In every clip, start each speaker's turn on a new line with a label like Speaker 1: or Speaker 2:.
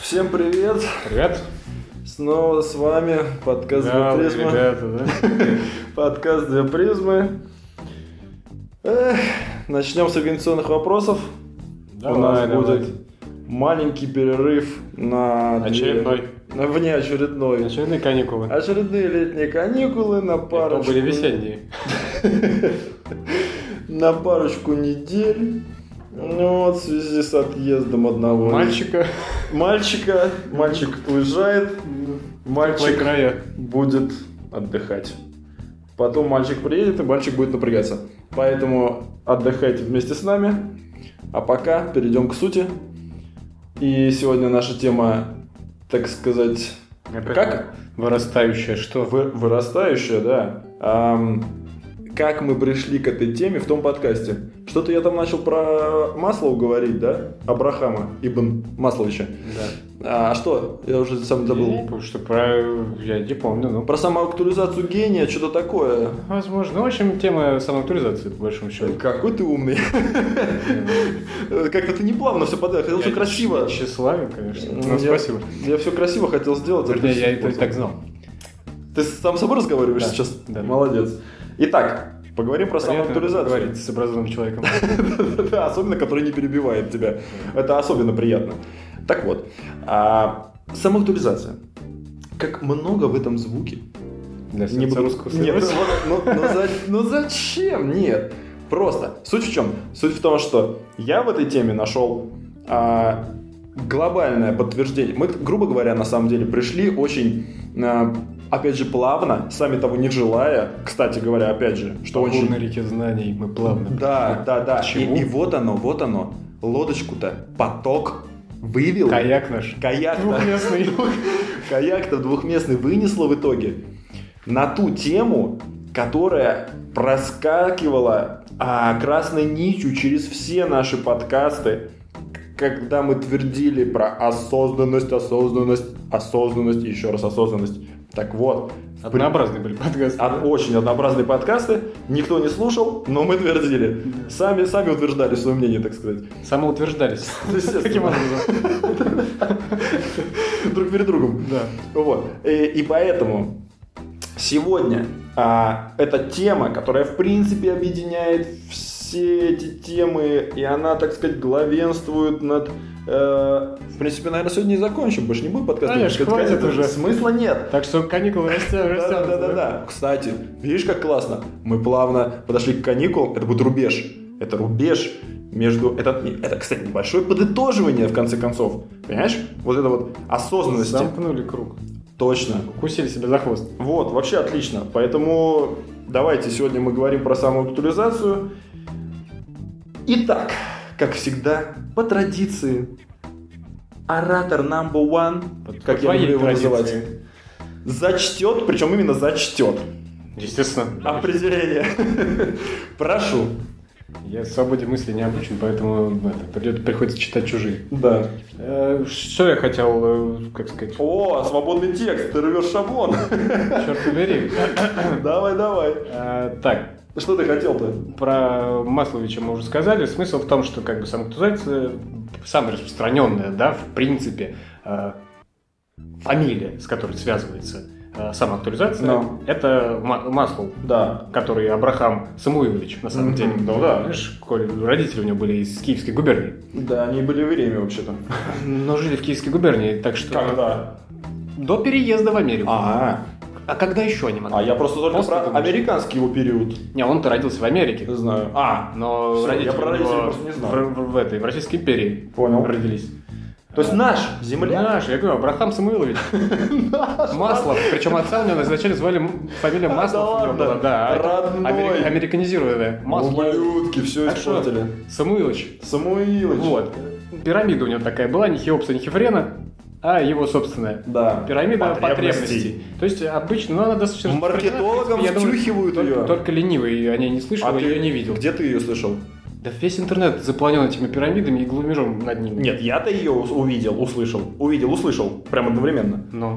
Speaker 1: Всем привет!
Speaker 2: Привет.
Speaker 1: Снова с вами подкаст
Speaker 2: Да,
Speaker 1: «Две
Speaker 2: вот,
Speaker 1: призмы».
Speaker 2: ребята, да?
Speaker 1: Подкаст «Две призмы». Эх, начнем с организационных вопросов. У нас
Speaker 2: Давай, давай.
Speaker 1: будет маленький перерыв на... две-
Speaker 2: Очередной.
Speaker 1: На внеочередной.
Speaker 2: Очередные каникулы.
Speaker 1: Очередные летние каникулы на
Speaker 2: И то
Speaker 1: парочку...
Speaker 2: были весенние.
Speaker 1: На парочку недель. Ну, вот в связи с отъездом одного...
Speaker 2: Мальчика.
Speaker 1: Мальчика. Мальчик уезжает.
Speaker 2: Мальчик.
Speaker 1: Мальчик
Speaker 2: края.
Speaker 1: будет отдыхать. Потом мальчик приедет, и мальчик будет напрягаться. Поэтому отдыхайте вместе с нами. А пока перейдем к сути. И сегодня наша тема, так сказать, Как?
Speaker 2: Вырастающее что?
Speaker 1: вы- вырастающая, да. Ам, как мы пришли к этой теме в том подкасте? Что-то я там начал про Маслоу говорить, да? Абрахама Ибн Масловича.
Speaker 2: Да.
Speaker 1: А что? Я уже сам
Speaker 2: Я
Speaker 1: забыл.
Speaker 2: не помню, ну, что про... Я не помню, ну.
Speaker 1: Про самоактуализацию гения, что-то такое.
Speaker 2: Возможно. Ну, в общем, тема самоактуализации, по большому счету.
Speaker 1: Какой ты умный. Как-то ты не плавно все подряд. Хотел все
Speaker 2: Я
Speaker 1: красиво.
Speaker 2: Тщеславен, конечно. Ну,
Speaker 1: Я-
Speaker 2: спасибо.
Speaker 1: Я все красиво хотел сделать. а ты
Speaker 2: Вернее, я
Speaker 1: всё
Speaker 2: это и
Speaker 1: испортил.
Speaker 2: так знал.
Speaker 1: Ты сам с собой разговариваешь
Speaker 2: Да,
Speaker 1: сейчас?
Speaker 2: да.
Speaker 1: Молодец. Итак, поговорим про
Speaker 2: Приятно
Speaker 1: самоактуализацию.
Speaker 2: Говорить с образованным человеком.
Speaker 1: Да, особенно, который не перебивает тебя. Это особенно приятно. Так вот, а, самоактуализация. Как много в этом звуке.
Speaker 2: Для
Speaker 1: Не
Speaker 2: сердца
Speaker 1: буду-
Speaker 2: русского
Speaker 1: Нет,
Speaker 2: сыра.
Speaker 1: ну, ну, ну за- ну зачем? Нет. Просто. Суть в чем? Суть в том, что я в этой теме нашел а, глобальное подтверждение. Мы, грубо говоря, на самом деле пришли очень, а, опять же, плавно, сами того не желая. Кстати говоря, опять же, что
Speaker 2: По бурной
Speaker 1: очень...
Speaker 2: реке знаний мы плавно.
Speaker 1: Да, да, да.
Speaker 2: К
Speaker 1: И,
Speaker 2: чему?
Speaker 1: и вот оно, вот оно. Лодочку-то поток вывел.
Speaker 2: Каяк наш.
Speaker 1: Каяк-то.
Speaker 2: Двухместный.
Speaker 1: Каяк-то двухместный вынесло в итоге на ту тему, которая проскакивала а, красной нитью через все наши подкасты, когда мы твердили про осознанность, осознанность, осознанность, и еще раз осознанность. Так вот,
Speaker 2: Однообразные были подкасты.
Speaker 1: од- очень однообразные подкасты, никто не слушал, но мы твердили. Сами, сами утверждали свое мнение, так сказать.
Speaker 2: Самоутверждались.
Speaker 1: Естественно.
Speaker 2: Таким образом.
Speaker 1: Друг перед другом.
Speaker 2: Да.
Speaker 1: Вот. И, и поэтому сегодня а, эта тема, которая в принципе объединяет все эти темы, и она, так сказать, главенствует над... э, в принципе, наверное, сегодня и закончим, больше не будем подкаст.
Speaker 2: Конечно,
Speaker 1: делать.
Speaker 2: хватит
Speaker 1: Конечно,
Speaker 2: уже.
Speaker 1: Смысла нет.
Speaker 2: Так что каникулы растя- растянутся.
Speaker 1: Да-да-да. Кстати, видишь, как классно? Мы плавно подошли к каникулам. Это будет рубеж. Это рубеж между... Это, не- это, кстати, небольшое подытоживание, в конце концов. Понимаешь? Вот это вот осознанность.
Speaker 2: Замкнули круг.
Speaker 1: Точно.
Speaker 2: Укусили себя за хвост.
Speaker 1: Вот, вообще отлично. Поэтому давайте сегодня мы говорим про самоактуализацию. Итак, как всегда, по традиции, оратор number one,
Speaker 2: По-
Speaker 1: как
Speaker 2: по
Speaker 1: я
Speaker 2: твоей
Speaker 1: люблю его
Speaker 2: традиции.
Speaker 1: называть, зачтет, причем именно зачтет
Speaker 2: Естественно.
Speaker 1: А определение. Прошу.
Speaker 2: Я свободе мысли не обучен, поэтому это, придет, приходится читать чужие.
Speaker 1: Да.
Speaker 2: Э, Что я хотел, э, как сказать,
Speaker 1: О, свободный текст, ты рвешь шаблон.
Speaker 2: черт побери.
Speaker 1: Давай, давай.
Speaker 2: Э, Так,
Speaker 1: Что ты хотел-то?
Speaker 2: про Масловича мы уже сказали. Смысл в том, что как бы самоактуализация самая распространенная, да, в принципе, э, фамилия, с которой связывается э, самоактуализация,
Speaker 1: Но.
Speaker 2: это Ма- Маслоу,
Speaker 1: Да.
Speaker 2: который Абрахам Самуилович, на самом
Speaker 1: Мгм,
Speaker 2: деле.
Speaker 1: ну да.
Speaker 2: Знаешь, коли родители у него были из Киевской губернии.
Speaker 1: Да, они были в Риме вообще-то.
Speaker 2: Но жили в Киевской губернии, так что...
Speaker 1: Когда?
Speaker 2: До переезда в Америку.
Speaker 1: А,
Speaker 2: А когда еще они могли?
Speaker 1: А я просто только
Speaker 2: После
Speaker 1: про
Speaker 2: ты думаешь?
Speaker 1: американский его период
Speaker 2: Не, он-то родился в Америке.
Speaker 1: знаю. А,
Speaker 2: Но
Speaker 1: Всё, я про
Speaker 2: родители у него
Speaker 1: родителей просто не знал.
Speaker 2: В, в- в этой, в Российской империи
Speaker 1: понял.
Speaker 2: родились.
Speaker 1: Ну, То есть
Speaker 2: А,
Speaker 1: наш
Speaker 2: Земля
Speaker 1: земля.
Speaker 2: наш, я говорю, Абрахам Самуилович. Маслов. Причем отца у него изначально звали м- фамилия
Speaker 1: Да
Speaker 2: Маслов. у него
Speaker 1: ладно,
Speaker 2: была, Да, а
Speaker 1: родной. Ну,
Speaker 2: Амери- Американизированная. Маслов.
Speaker 1: Ублюдки, все
Speaker 2: А что?
Speaker 1: испортили.
Speaker 2: Самуилович.
Speaker 1: Самуилыч.
Speaker 2: Вот. Пирамида у него такая была, не Хеопса, не Хефрена, а его собственная.
Speaker 1: Да.
Speaker 2: Пирамида
Speaker 1: Потребностей.
Speaker 2: потребностей. То есть обычно, ну она достаточно...
Speaker 1: Маркетологам
Speaker 2: Я думаю,
Speaker 1: втюхивают
Speaker 2: Только,
Speaker 1: ее.
Speaker 2: только ленивый о ней не слышал,
Speaker 1: А ты-
Speaker 2: ее не видел.
Speaker 1: Где ты ее слышал?
Speaker 2: Да весь интернет заполнен этими пирамидами и глумежом над ними.
Speaker 1: Нет, я-то ее увидел, услышал. Увидел, услышал. Прям одновременно.
Speaker 2: Ну,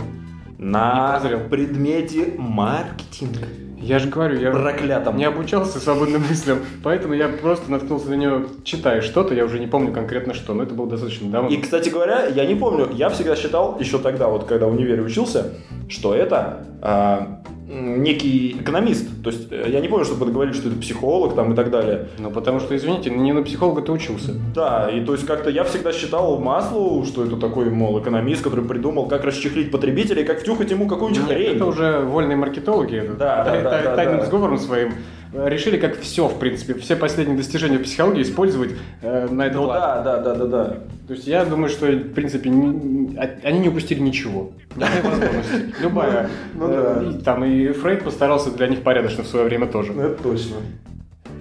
Speaker 1: На
Speaker 2: Не прозрел.
Speaker 1: предмете маркетинга.
Speaker 2: Я же говорю, я
Speaker 1: Проклятом.
Speaker 2: не обучался свободным мыслям, поэтому я просто наткнулся на нее, читая что-то, я уже не помню конкретно что, но это было достаточно давно.
Speaker 1: И, кстати говоря, я не помню, я всегда считал, еще тогда, вот когда в универе учился, что это а, м, некий экономист. То есть э, я не помню, чтобы говорили, что это психолог там и так далее.
Speaker 2: Ну, потому что, извините, не на психолога ты учился.
Speaker 1: Да, и то есть как-то я всегда считал Маслоу, что это такой, мол, экономист, который придумал, как расчехлить потребителя и как втюхать ему какую-нибудь хрень.
Speaker 2: Это уже вольные маркетологи. это
Speaker 1: Да, да,
Speaker 2: тай-
Speaker 1: да,
Speaker 2: тай-
Speaker 1: да,
Speaker 2: Тайным
Speaker 1: да.
Speaker 2: сговором своим э, решили, как все, в принципе, все последние достижения в психологии использовать э, на этот
Speaker 1: Ну
Speaker 2: лад.
Speaker 1: да, да, да, да, да.
Speaker 2: То есть я думаю, что, в принципе, не- а- они не упустили ничего. Любые возможности. Любая.
Speaker 1: Ну, ну да.
Speaker 2: Э, и Там и Фрейд постарался для них порядочно в свое время тоже.
Speaker 1: Ну, Это точно.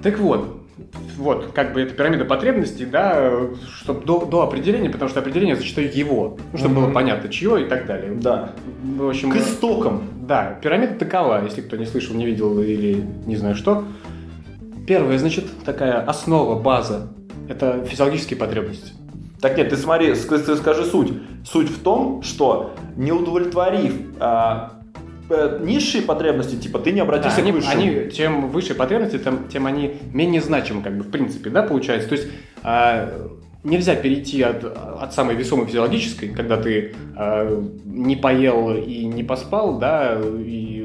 Speaker 2: Так вот, вот, как бы это пирамида потребностей, да, чтобы до, до определения, потому что определение зачитаю его, ну, чтобы
Speaker 1: Мгм.
Speaker 2: было понятно, чье и так далее.
Speaker 1: Да.
Speaker 2: В общем,
Speaker 1: К
Speaker 2: э,
Speaker 1: истокам.
Speaker 2: да, пирамида такова, если кто не слышал, не видел или не знаю что. Первое, значит, такая основа, база, это физиологические потребности.
Speaker 1: Так нет, ты смотри, ск- ты скажи суть. Суть в том, что не удовлетворив а, э, низшие потребности, типа ты не
Speaker 2: Да,
Speaker 1: обратишься
Speaker 2: они,
Speaker 1: к высшим.
Speaker 2: они- чем выше потребности, тем, тем они менее значимы, как бы, в принципе, да, получается. То есть а, нельзя перейти от, от самой весомой физиологической, когда ты а, не поел и не поспал, да, и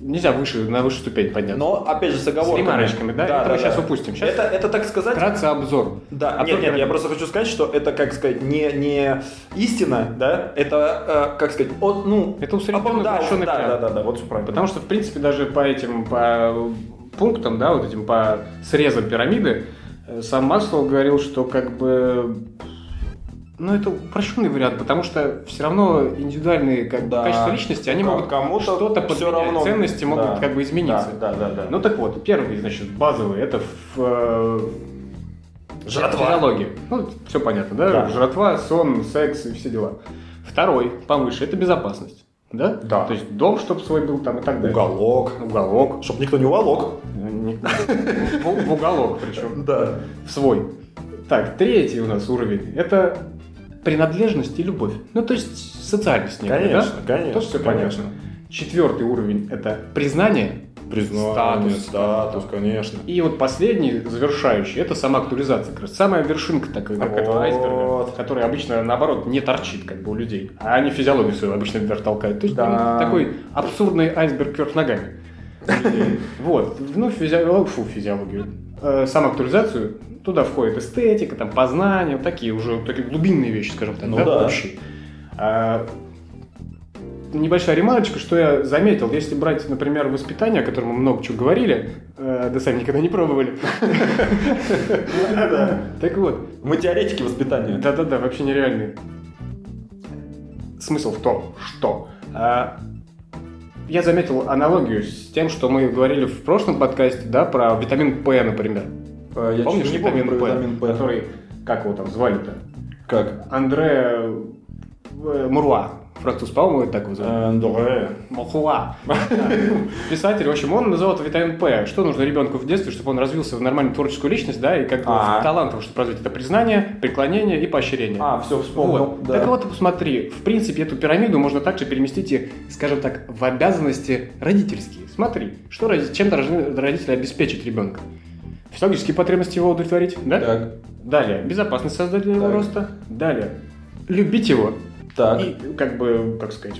Speaker 2: нельзя выше, на высшую ступень подняться.
Speaker 1: Но опять же с оговорками.
Speaker 2: С ремарочками, да? Это мы щас упустим. Щас-
Speaker 1: Это, это так сказать.
Speaker 2: Вкратце обзор.
Speaker 1: Да,
Speaker 2: А
Speaker 1: нет,
Speaker 2: то-
Speaker 1: нет, я просто хочу сказать, что это, как сказать, не, не истина, да, это, э, как сказать, от, ну,
Speaker 2: Это усредненный
Speaker 1: обо- да,
Speaker 2: упрощенный
Speaker 1: да,
Speaker 2: вариант.
Speaker 1: да, да, да, вот все правильно.
Speaker 2: Потому что, в принципе, даже по этим по пунктам, да, вот этим по срезам пирамиды, э, сам Маслоу говорил, что как бы ну, это упрощенный вариант, потому что все равно индивидуальные как бы,
Speaker 1: Да.
Speaker 2: качества личности, они
Speaker 1: Ко-
Speaker 2: могут
Speaker 1: кому-то
Speaker 2: что-то
Speaker 1: всё
Speaker 2: подменять,
Speaker 1: равно.
Speaker 2: ценности могут
Speaker 1: Да.
Speaker 2: как бы измениться.
Speaker 1: Да, да, да. да.
Speaker 2: Ну так вот, первый, значит, базовый, это в, э,
Speaker 1: Жратва.
Speaker 2: физиология. Ну, все понятно, да?
Speaker 1: Да.
Speaker 2: Жратва, сон, секс и все дела. Второй, повыше, это безопасность. Да?
Speaker 1: Да.
Speaker 2: То есть дом, чтобы свой был там и так далее.
Speaker 1: уголок.
Speaker 2: Уголок.
Speaker 1: Чтоб никто не уволок.
Speaker 2: Не- В в уголок причем.
Speaker 1: Да.
Speaker 2: В свой. Так, третий у нас уровень. Это принадлежность и любовь. Ну, то есть социальность некая,
Speaker 1: Конечно,
Speaker 2: ну да?
Speaker 1: конечно,
Speaker 2: Тоже все
Speaker 1: конечно.
Speaker 2: понятно. Четвертый уровень – это признание.
Speaker 1: Признание,
Speaker 2: Статус.
Speaker 1: статус, конечно.
Speaker 2: И вот последний, завершающий, это сама актуализация. Как раз самая вершинка такая, как этого
Speaker 1: Вот.
Speaker 2: айсберга, который обычно, наоборот, не торчит как бы у людей, а они физиологию свою обычно вверх толкают. То есть
Speaker 1: Да.
Speaker 2: ну, такой абсурдный айсберг кверх ногами. Вот. Ну, физиологию, фу, физиологию. Э, Самоактуализацию, туда входит эстетика, там, познание, вот такие уже такие глубинные вещи, скажем так,
Speaker 1: Ну
Speaker 2: да,
Speaker 1: да.
Speaker 2: общие. А, Небольшая ремарочка, что я заметил, если брать, например, воспитание, о котором мы много чего говорили, э, да сами никогда не пробовали. Так вот,
Speaker 1: Мы теоретики воспитания.
Speaker 2: да-да-да, вообще нереальный. Смысл в том, что а, я заметил аналогию с тем, что мы говорили в прошлом подкасте, да, про витамин П, например.
Speaker 1: Э, Я
Speaker 2: Помнишь
Speaker 1: чуть не помню
Speaker 2: витамин,
Speaker 1: про
Speaker 2: П,
Speaker 1: витамин П.
Speaker 2: который, как его там звали-то?
Speaker 1: Как?
Speaker 2: Андре э, Муруа. Француз, по-моему, так его зовут.
Speaker 1: Э,
Speaker 2: Мохуа. Писатель, в общем, он называл это витамин П. Что нужно ребенку в детстве, чтобы он развился в нормальную творческую личность, да, и как бы
Speaker 1: А.
Speaker 2: в талантов, чтобы развить это признание, преклонение и поощрение.
Speaker 1: А, все, вспомнил.
Speaker 2: Вот.
Speaker 1: да.
Speaker 2: Так вот, смотри, в принципе, эту пирамиду можно также переместить, и, скажем так, в обязанности родительские. Смотри, что, роди- чем должны родители обеспечить ребенка? Физиологические потребности его удовлетворить, да?
Speaker 1: Так,
Speaker 2: Далее, безопасность создать для его
Speaker 1: Так.
Speaker 2: роста. Далее, любить его.
Speaker 1: так.
Speaker 2: И, как бы, как сказать,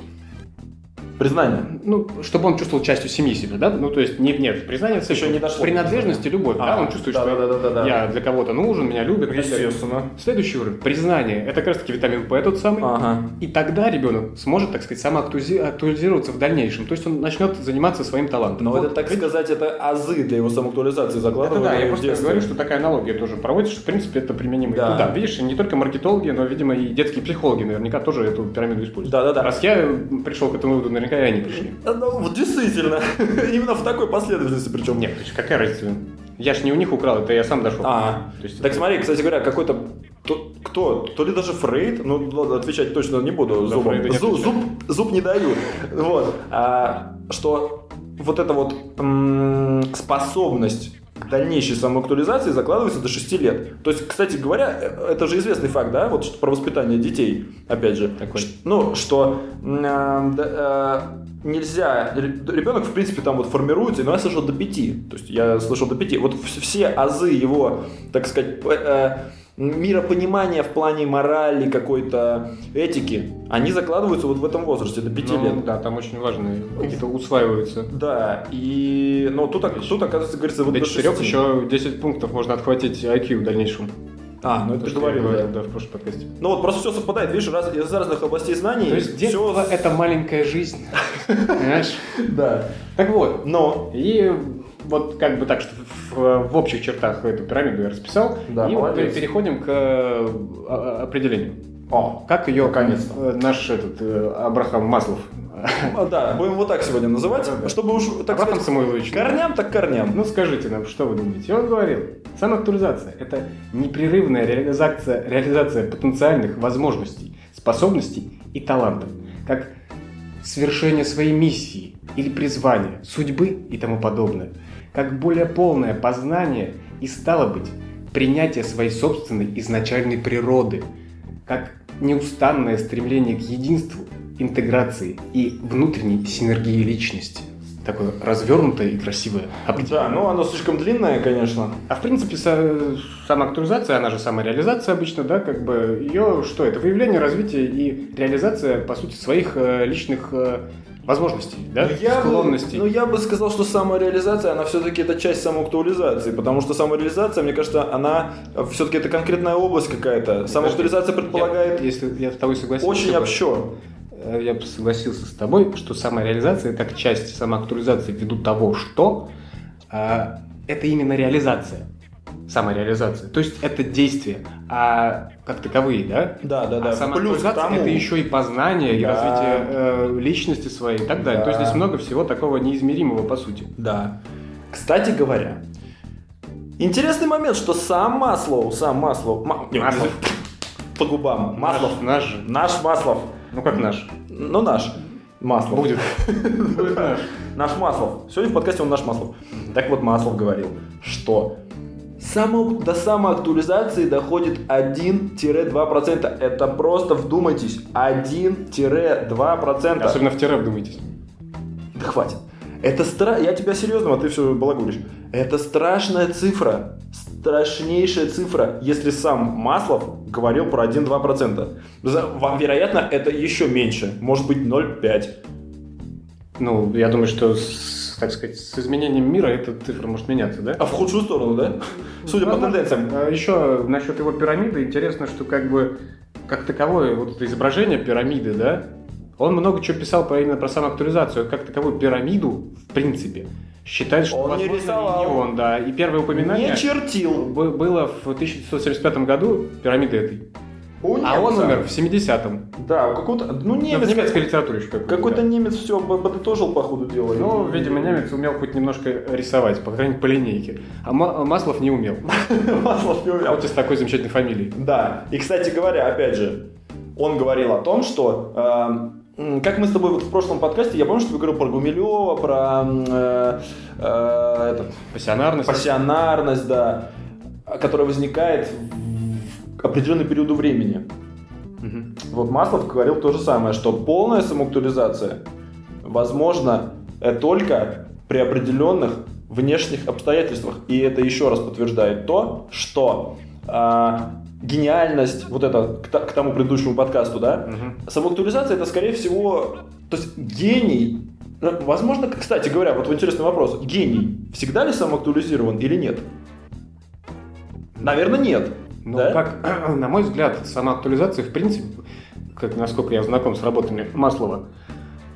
Speaker 1: Признание.
Speaker 2: ну, чтобы он чувствовал частью семьи себя, да? Ну, то есть, не, нет, признание это
Speaker 1: Еще не дошло.
Speaker 2: Принадлежность и любовь, да? Он чувствует, что
Speaker 1: да,
Speaker 2: я для кого-то нужен, меня любят. и А. так далее.
Speaker 1: Естественно.
Speaker 2: Следующий уровень – признание. Это как раз-таки витамин П тот самый.
Speaker 1: Ага.
Speaker 2: И тогда ребенок сможет, так сказать, самоактуализироваться в дальнейшем. То есть он начнет заниматься своим талантом.
Speaker 1: Но
Speaker 2: Вот.
Speaker 1: Ну, это, так сказать, это азы для его самоактуализации
Speaker 2: Это
Speaker 1: закладывали
Speaker 2: да, я
Speaker 1: в
Speaker 2: просто
Speaker 1: детстве.
Speaker 2: говорю, что такая аналогия тоже проводится, что, в принципе, это применимо
Speaker 1: Да.
Speaker 2: и туда. Видишь, и не только маркетологи, но, видимо, и детские психологи наверняка тоже эту пирамиду используют.
Speaker 1: Да-да-да.
Speaker 2: Раз я пришел к этому выводу, наверняка и они пришли.
Speaker 1: А, Ну, вот действительно. Именно в такой последовательности причем.
Speaker 2: Нет, то есть какая разница? Я ж не у них украл, это я сам дошел.
Speaker 1: А,
Speaker 2: То есть
Speaker 1: так
Speaker 2: это-
Speaker 1: смотри, кстати говоря, какой-то то- кто, то ли даже Фрейд, ну ладно, отвечать точно не буду,
Speaker 2: За
Speaker 1: зубом.
Speaker 2: Фрейда не
Speaker 1: Зу- зуб,
Speaker 2: отвечаю.
Speaker 1: зуб не даю. Вот, А, что вот эта вот м, способность дальнейшей самоактуализации закладывается до 6 лет. То есть, кстати говоря, э, это же известный факт, да, вот что- про воспитание детей, опять же.
Speaker 2: Такой.
Speaker 1: Ш- Ну, что м, э, да, э, нельзя, ре- ребенок, в принципе, там вот формируется, но я слышал до 5, то есть я слышал до 5. Вот вс- все азы его, так сказать, п- э, миропонимания в плане морали, какой-то этики, они закладываются вот в этом возрасте, до 5
Speaker 2: Ну,
Speaker 1: лет.
Speaker 2: Да, там очень важные какие-то усваиваются.
Speaker 1: Да, и ну, тут, ок- тут оказывается, говорится, вот
Speaker 2: До
Speaker 1: до
Speaker 2: четырех
Speaker 1: 6.
Speaker 2: еще 10 пунктов можно отхватить IQ в дальнейшем.
Speaker 1: А, ну
Speaker 2: То,
Speaker 1: это ты
Speaker 2: что я
Speaker 1: говорил, да.
Speaker 2: да, в прошлом подкасте.
Speaker 1: Ну вот просто все совпадает, видишь, раз, из разных областей знаний.
Speaker 2: То есть детство
Speaker 1: всё-
Speaker 2: это маленькая жизнь. Понимаешь?
Speaker 1: Да.
Speaker 2: Так вот,
Speaker 1: Но...
Speaker 2: и вот как бы так, что в, в общих чертах эту пирамиду я расписал.
Speaker 1: Да,
Speaker 2: и вот
Speaker 1: молодец.
Speaker 2: переходим к э, о- определению.
Speaker 1: О,
Speaker 2: Как ее
Speaker 1: Наконец-то.
Speaker 2: э, наш этот э, Абрахам Маслов.
Speaker 1: а, да, будем вот так сегодня называть,
Speaker 2: Да, Ну да.
Speaker 1: чтобы уж, так
Speaker 2: Абрахам
Speaker 1: сказать,
Speaker 2: Самойлович.
Speaker 1: корням так корням.
Speaker 2: Ну скажите нам, что вы думаете? И Он говорил, самоактуализация – это непрерывная реализация, реализация потенциальных возможностей, способностей и талантов, как свершение своей миссии или призвания, судьбы и тому подобное, как более полное познание и, стало быть, принятие своей собственной изначальной природы, как неустанное стремление к единству, интеграции и внутренней синергии личности. Такое развернутое и красивое
Speaker 1: Да,
Speaker 2: определение.
Speaker 1: ну оно слишком длинное, конечно.
Speaker 2: А в принципе, со- самоактуализация, она же самореализация обычно, да, как бы ее что? Это выявление, развитие и реализация, по сути, своих э, личных э, возможностей, да,
Speaker 1: Но Ну, я
Speaker 2: склонностей.
Speaker 1: Бы, ну, я бы сказал, что самореализация, она все-таки это часть самоактуализации, потому что самореализация, мне кажется, она все-таки это конкретная область какая-то. Самоактуализация предполагает
Speaker 2: Я- если я с тобой согласился.
Speaker 1: очень
Speaker 2: бы,
Speaker 1: общо.
Speaker 2: э, Я бы согласился с тобой, что самореализация это как часть самоактуализации ввиду того, что э, это именно реализация. Самореализация. То есть это действия, а как таковые, да,
Speaker 1: Да, да,
Speaker 2: А
Speaker 1: да. ну, Плюс к
Speaker 2: самоактуализация
Speaker 1: тому,
Speaker 2: это еще и познание, и
Speaker 1: Да.
Speaker 2: развитие э, личности своей и так далее.
Speaker 1: Да.
Speaker 2: То есть здесь много всего такого неизмеримого, по сути.
Speaker 1: Да. Кстати говоря, интересный момент, что сам Маслов, сам Маслов, Ма- не,
Speaker 2: Маслов.
Speaker 1: по губам, Маслов,
Speaker 2: Наш же.
Speaker 1: наш Маслов,
Speaker 2: Ну как наш?
Speaker 1: ну наш Маслов,
Speaker 2: Будет. Будет наш.
Speaker 1: наш Маслов. Сегодня в подкасте он наш Маслов. Так вот Маслов говорил, что само, до самоактуализации доходит 1-2%. Это просто вдумайтесь, 1-2%.
Speaker 2: Особенно в тире вдумайтесь.
Speaker 1: Да хватит. Это стра... Я тебя серьезно, а ты все балагуришь. Это страшная цифра. Страшнейшая цифра, если сам Маслов говорил про 1-2%. За- во- Вероятно, это еще меньше. Может быть, 0,5.
Speaker 2: Ну, я думаю, что, с, так сказать, с изменением мира эта цифра может меняться, да?
Speaker 1: А в худшую сторону, да? Судя по тенденциям.
Speaker 2: Еще насчет А его пирамиды интересно, что как бы как таковое вот это изображение пирамиды, да, он много чего писал про, именно про самоактуализацию, как таковую пирамиду, в принципе, считает, что
Speaker 1: Он не
Speaker 2: возможно, и
Speaker 1: рисовал.
Speaker 2: не он, да, и первое упоминание
Speaker 1: Не чертил.
Speaker 2: бы- было в 1975 году пирамиды этой.
Speaker 1: У
Speaker 2: А он
Speaker 1: немца.
Speaker 2: умер в 70-м.
Speaker 1: Да, у какого-то... Ну,
Speaker 2: Да, В
Speaker 1: немец...
Speaker 2: немецкой литературе еще какой-то.
Speaker 1: Какой-то
Speaker 2: да.
Speaker 1: немец все подытожил по ходу дела.
Speaker 2: Ну,
Speaker 1: И-
Speaker 2: видимо, немец умел хоть немножко рисовать, по крайней мере, по линейке. А Ма- Маслов не умел.
Speaker 1: Маслов не умел.
Speaker 2: Хоть и с такой замечательной фамилией.
Speaker 1: Да, и, кстати говоря, опять же, он говорил о том, что... э, м, как мы с тобой вот в прошлом подкасте, я помню, что ты говорил про Гумилева, про м, э, э, этот,
Speaker 2: Пассионарность.
Speaker 1: пассионарность, да, которая возникает в определенный период времени.
Speaker 2: Мгм.
Speaker 1: Вот Маслов говорил то же самое, что полная самоактуализация возможна э, только при определенных внешних обстоятельствах. И это еще раз подтверждает то, что а, гениальность, вот это к, та- к тому предыдущему подкасту, да,
Speaker 2: Мгм.
Speaker 1: самоактуализация это скорее всего, то есть гений, э, возможно, к- кстати говоря, вот интересный вопрос, гений всегда ли самоактуализирован или нет? Наверное, нет.
Speaker 2: Ну,
Speaker 1: да?
Speaker 2: как, на мой взгляд, сама актуализация, в принципе, как, насколько я знаком с работами Маслова,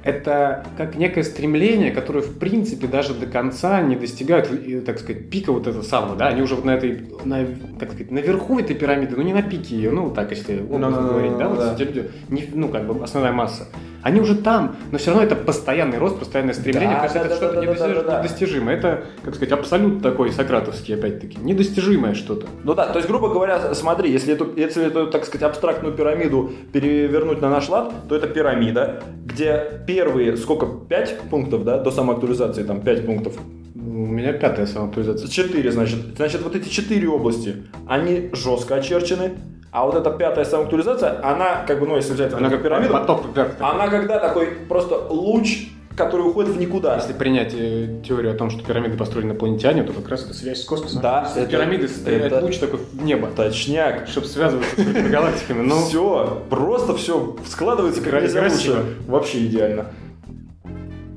Speaker 2: это как некое стремление, которое, в принципе, даже до конца не достигают, и, так сказать, пика вот этого самого, да, они уже вот на этой, на, как сказать, наверху этой пирамиды, ну, не на пике ее, ну, так, если образно
Speaker 1: Ну,
Speaker 2: говорить, да, вот
Speaker 1: да.
Speaker 2: эти люди, не- ну, как бы, основная масса, они уже там, но все равно это постоянный рост, постоянное стремление,
Speaker 1: Да,
Speaker 2: то есть
Speaker 1: да,
Speaker 2: это
Speaker 1: да,
Speaker 2: что-то
Speaker 1: да, да, да,
Speaker 2: недостижи-
Speaker 1: да, да.
Speaker 2: недостижимое, это, как сказать, абсолют такой сократовский, опять-таки, недостижимое что-то.
Speaker 1: Ну да, то есть, грубо говоря, смотри, если эту, если эту, так сказать, абстрактную пирамиду перевернуть на наш лад, то это пирамида, где первые, сколько, 5 пунктов, да, до самоактуализации, там, 5 пунктов,
Speaker 2: М, меня пятая самоактуализация.
Speaker 1: Четыре, значит. Значит, вот эти четыре области, они жестко очерчены, а вот эта пятая самоактуализация, она, как бы, ну, если взять
Speaker 2: Она как
Speaker 1: пирамиду,
Speaker 2: поток вверх. А такой.
Speaker 1: она когда такой просто луч, который уходит в никуда.
Speaker 2: Если принять э, теорию о том, что пирамиды построены инопланетяне, то как раз это связь с космосом.
Speaker 1: Да,
Speaker 2: С-
Speaker 1: это-
Speaker 2: пирамиды состоят
Speaker 1: это-
Speaker 2: луч такой в небо,
Speaker 1: Точняк.
Speaker 2: чтобы связываться с галактиками. Ну,
Speaker 1: все, просто все складывается как
Speaker 2: Край-
Speaker 1: нельзя
Speaker 2: красиво.
Speaker 1: лучше. Вообще идеально.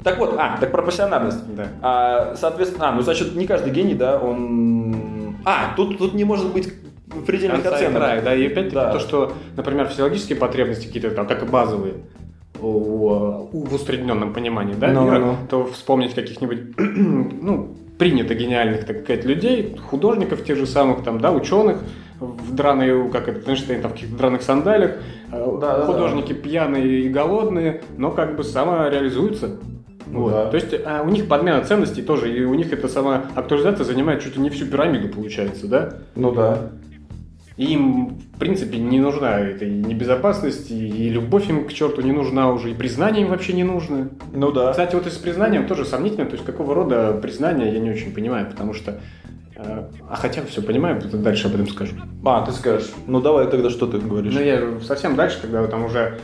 Speaker 1: Так вот, а, так про пассионарность.
Speaker 2: да.
Speaker 1: А, соответственно, а, ну значит, не каждый гений, да, он... А, тут, тут не может быть предельных
Speaker 2: Конца и
Speaker 1: оценок.
Speaker 2: края, да, и опять-таки
Speaker 1: Да.
Speaker 2: то, что, например, физиологические потребности какие-то там, так и базовые, у- у- в усредненном понимании, да,
Speaker 1: Ну,
Speaker 2: мира,
Speaker 1: ну.
Speaker 2: то вспомнить каких-нибудь, ну, принято гениальных, так сказать, людей, художников тех же самых, там, да, ученых, в драной, как это, Эйнштейн, там, в каких-то драных сандалях, э,
Speaker 1: Да, да, да.
Speaker 2: художники пьяные и голодные, но как бы самореализуются.
Speaker 1: Ну
Speaker 2: Вот.
Speaker 1: да.
Speaker 2: То есть а, у них подмена ценностей тоже, и у них эта сама актуализация занимает чуть ли не всю пирамиду, получается, да?
Speaker 1: Ну да.
Speaker 2: И Им, в принципе, не нужна эта и небезопасность, и и любовь им к черту не нужна уже, и признание им вообще не нужно.
Speaker 1: Ну да.
Speaker 2: Кстати, вот и с признанием тоже сомнительно, то есть какого рода признание я не очень понимаю, потому что... э, А хотя все понимаю, потом дальше об этом скажу.
Speaker 1: А, ты скажешь. Ну давай тогда, что ты говоришь?
Speaker 2: Но я совсем дальше, когда там уже...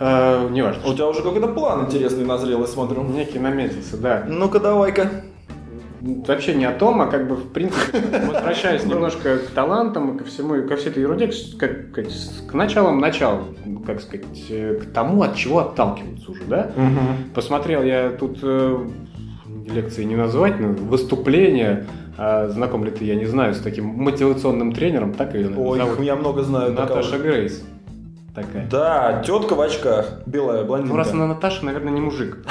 Speaker 2: э, неважно.
Speaker 1: У тебя уже какой-то план интересный назрел, я
Speaker 2: что-
Speaker 1: смотрю.
Speaker 2: Некий наметился, да.
Speaker 1: Ну-ка, давай-ка.
Speaker 2: Вообще не о том, а как бы в принципе, возвращаясь немножко к талантам и ко всему, и ко всей этой ерунде, к- как сказать, с- к началам начала, ну, как сказать, э, к тому, от чего отталкиваться уже, да? Посмотрел я тут э, лекции не назвать, но выступление, а знаком ли ты, я не знаю, с таким мотивационным тренером, так ее
Speaker 1: Ой, их
Speaker 2: зовут?
Speaker 1: я много знаю.
Speaker 2: Наташа
Speaker 1: такого.
Speaker 2: Грейс. Такая.
Speaker 1: Да, тетка в очках, белая, блондинка.
Speaker 2: Ну, раз она Наташа, наверное, не мужик.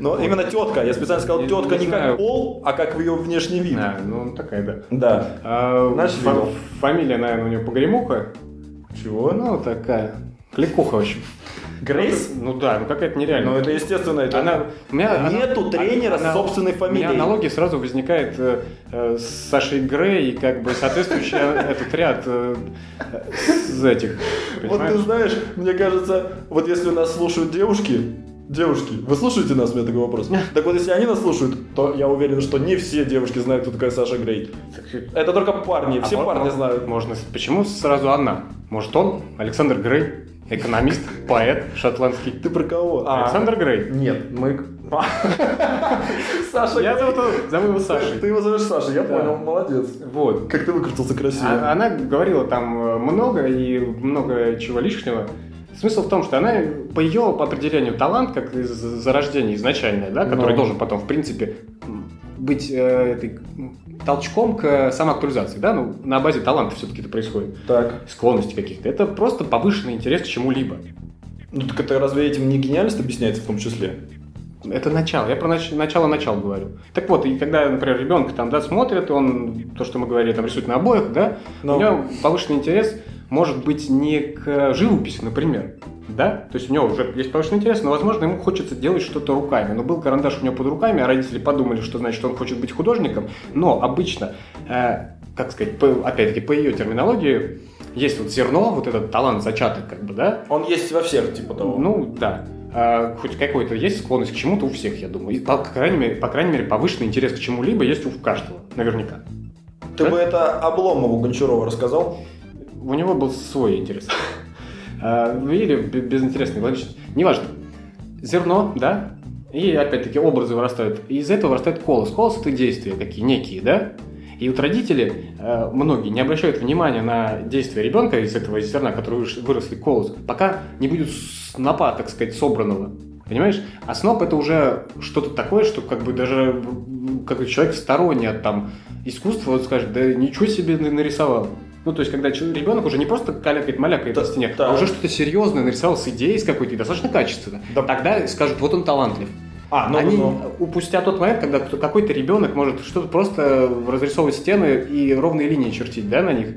Speaker 1: Но
Speaker 2: Вот.
Speaker 1: именно тетка, я специально сказал
Speaker 2: Я
Speaker 1: тетка
Speaker 2: не
Speaker 1: не как
Speaker 2: знаю.
Speaker 1: пол, а как в ее внешний вид.
Speaker 2: Да, ну, она такая, да.
Speaker 1: Да.
Speaker 2: А,
Speaker 1: Знаешь,
Speaker 2: фа-
Speaker 1: видел?
Speaker 2: Фамилия, наверное, у нее Погремуха. Чего? Ну, такая. Кликуха, в общем.
Speaker 1: Грейс?
Speaker 2: Ну да, ну какая-то нереальная.
Speaker 1: Ну это естественно, это
Speaker 2: Она- у меня,
Speaker 1: Нету тренера с собственной
Speaker 2: У
Speaker 1: фамилией.
Speaker 2: меня аналогия сразу возникает э, э, с Сашей Грей и как бы соответствующий э, этот ряд э, с этих.
Speaker 1: Вот ты
Speaker 2: понимаешь?
Speaker 1: знаешь, мне кажется, вот если нас слушают девушки, девушки, вы слушаете нас, у меня такой вопрос. Так вот, если они нас слушают, то я уверен, что не все девушки знают, кто такая Саша Грей. Это только парни, все
Speaker 2: А
Speaker 1: парни
Speaker 2: можно-
Speaker 1: знают.
Speaker 2: Можно. с- Почему сразу она? Может он? Александр Грей, экономист, поэт шотландский.
Speaker 1: Ты про кого? А,
Speaker 2: Александр Грей.
Speaker 1: Нет, мы... Саша
Speaker 2: Я
Speaker 1: Грей.
Speaker 2: зовут его- зову его Сашей.
Speaker 1: Ты его зовешь Саша, я
Speaker 2: Да.
Speaker 1: понял, молодец.
Speaker 2: Вот.
Speaker 1: Как ты выкрутился красиво.
Speaker 2: А- Она говорила там э, много и много чего лишнего. Смысл в том, что она, э, по ее по определению, талант, как из зарождения изначальное, да, который
Speaker 1: Ну.
Speaker 2: должен потом, в принципе, м, быть э, этой, м, толчком к самоактуализации, да, ну, на базе таланта все-таки это происходит,
Speaker 1: Так.
Speaker 2: склонности каких-то. Это просто повышенный интерес к чему-либо.
Speaker 1: Ну так это разве этим не гениальность объясняется в том числе?
Speaker 2: Это начало. Я про начало-начало говорю. Так вот, и когда, например, ребенка там, да, смотрит, он, то, что мы говорили, там, рисует на обоях, да,
Speaker 1: Ну.
Speaker 2: у него повышенный интерес может быть не к живописи, например, да, то есть у него уже есть повышенный интерес, но, возможно, ему хочется делать что-то руками. Но был карандаш у него под руками, а родители подумали, что, значит, он хочет быть художником, но обычно, э, как сказать, по- опять-таки, по ее терминологии, есть вот зерно, вот этот талант зачаток, как бы, да,
Speaker 1: Он есть во всех, типа того.
Speaker 2: ну да. А, хоть какой-то есть склонность к чему-то у всех, я думаю. И, по, крайней мере, по крайней мере, повышенный интерес к чему-либо есть у каждого, наверняка.
Speaker 1: Ты
Speaker 2: да?
Speaker 1: бы это Обломову Гончарова рассказал?
Speaker 2: У него был свой интерес. А, ну, Или б- безинтересный, логично. Неважно. Зерно, да? И опять-таки образы вырастают. И из этого вырастает колос. Колос это действия какие, некие, да? И вот родители, э, многие, не обращают внимания на действия ребенка из этого зерна, который выш- выросли колос, пока не будет снопа, так сказать, собранного. Понимаешь? А сноп это уже что-то такое, что как бы даже м, как бы человек сторонний от там искусства, вот скажет, да ничего себе на- нарисовал. Ну, то есть, когда чел- ребенок уже не просто калякает малякает
Speaker 1: Да,
Speaker 2: на стене,
Speaker 1: да.
Speaker 2: а уже что-то серьезное нарисовал с идеей, с какой-то, и достаточно качественно.
Speaker 1: Да.
Speaker 2: Тогда скажут, вот он талантлив.
Speaker 1: А, ну,
Speaker 2: Они
Speaker 1: ну.
Speaker 2: упустят тот момент, когда кто- какой-то ребенок может что-то просто разрисовывать стены и ровные линии чертить, да, на них.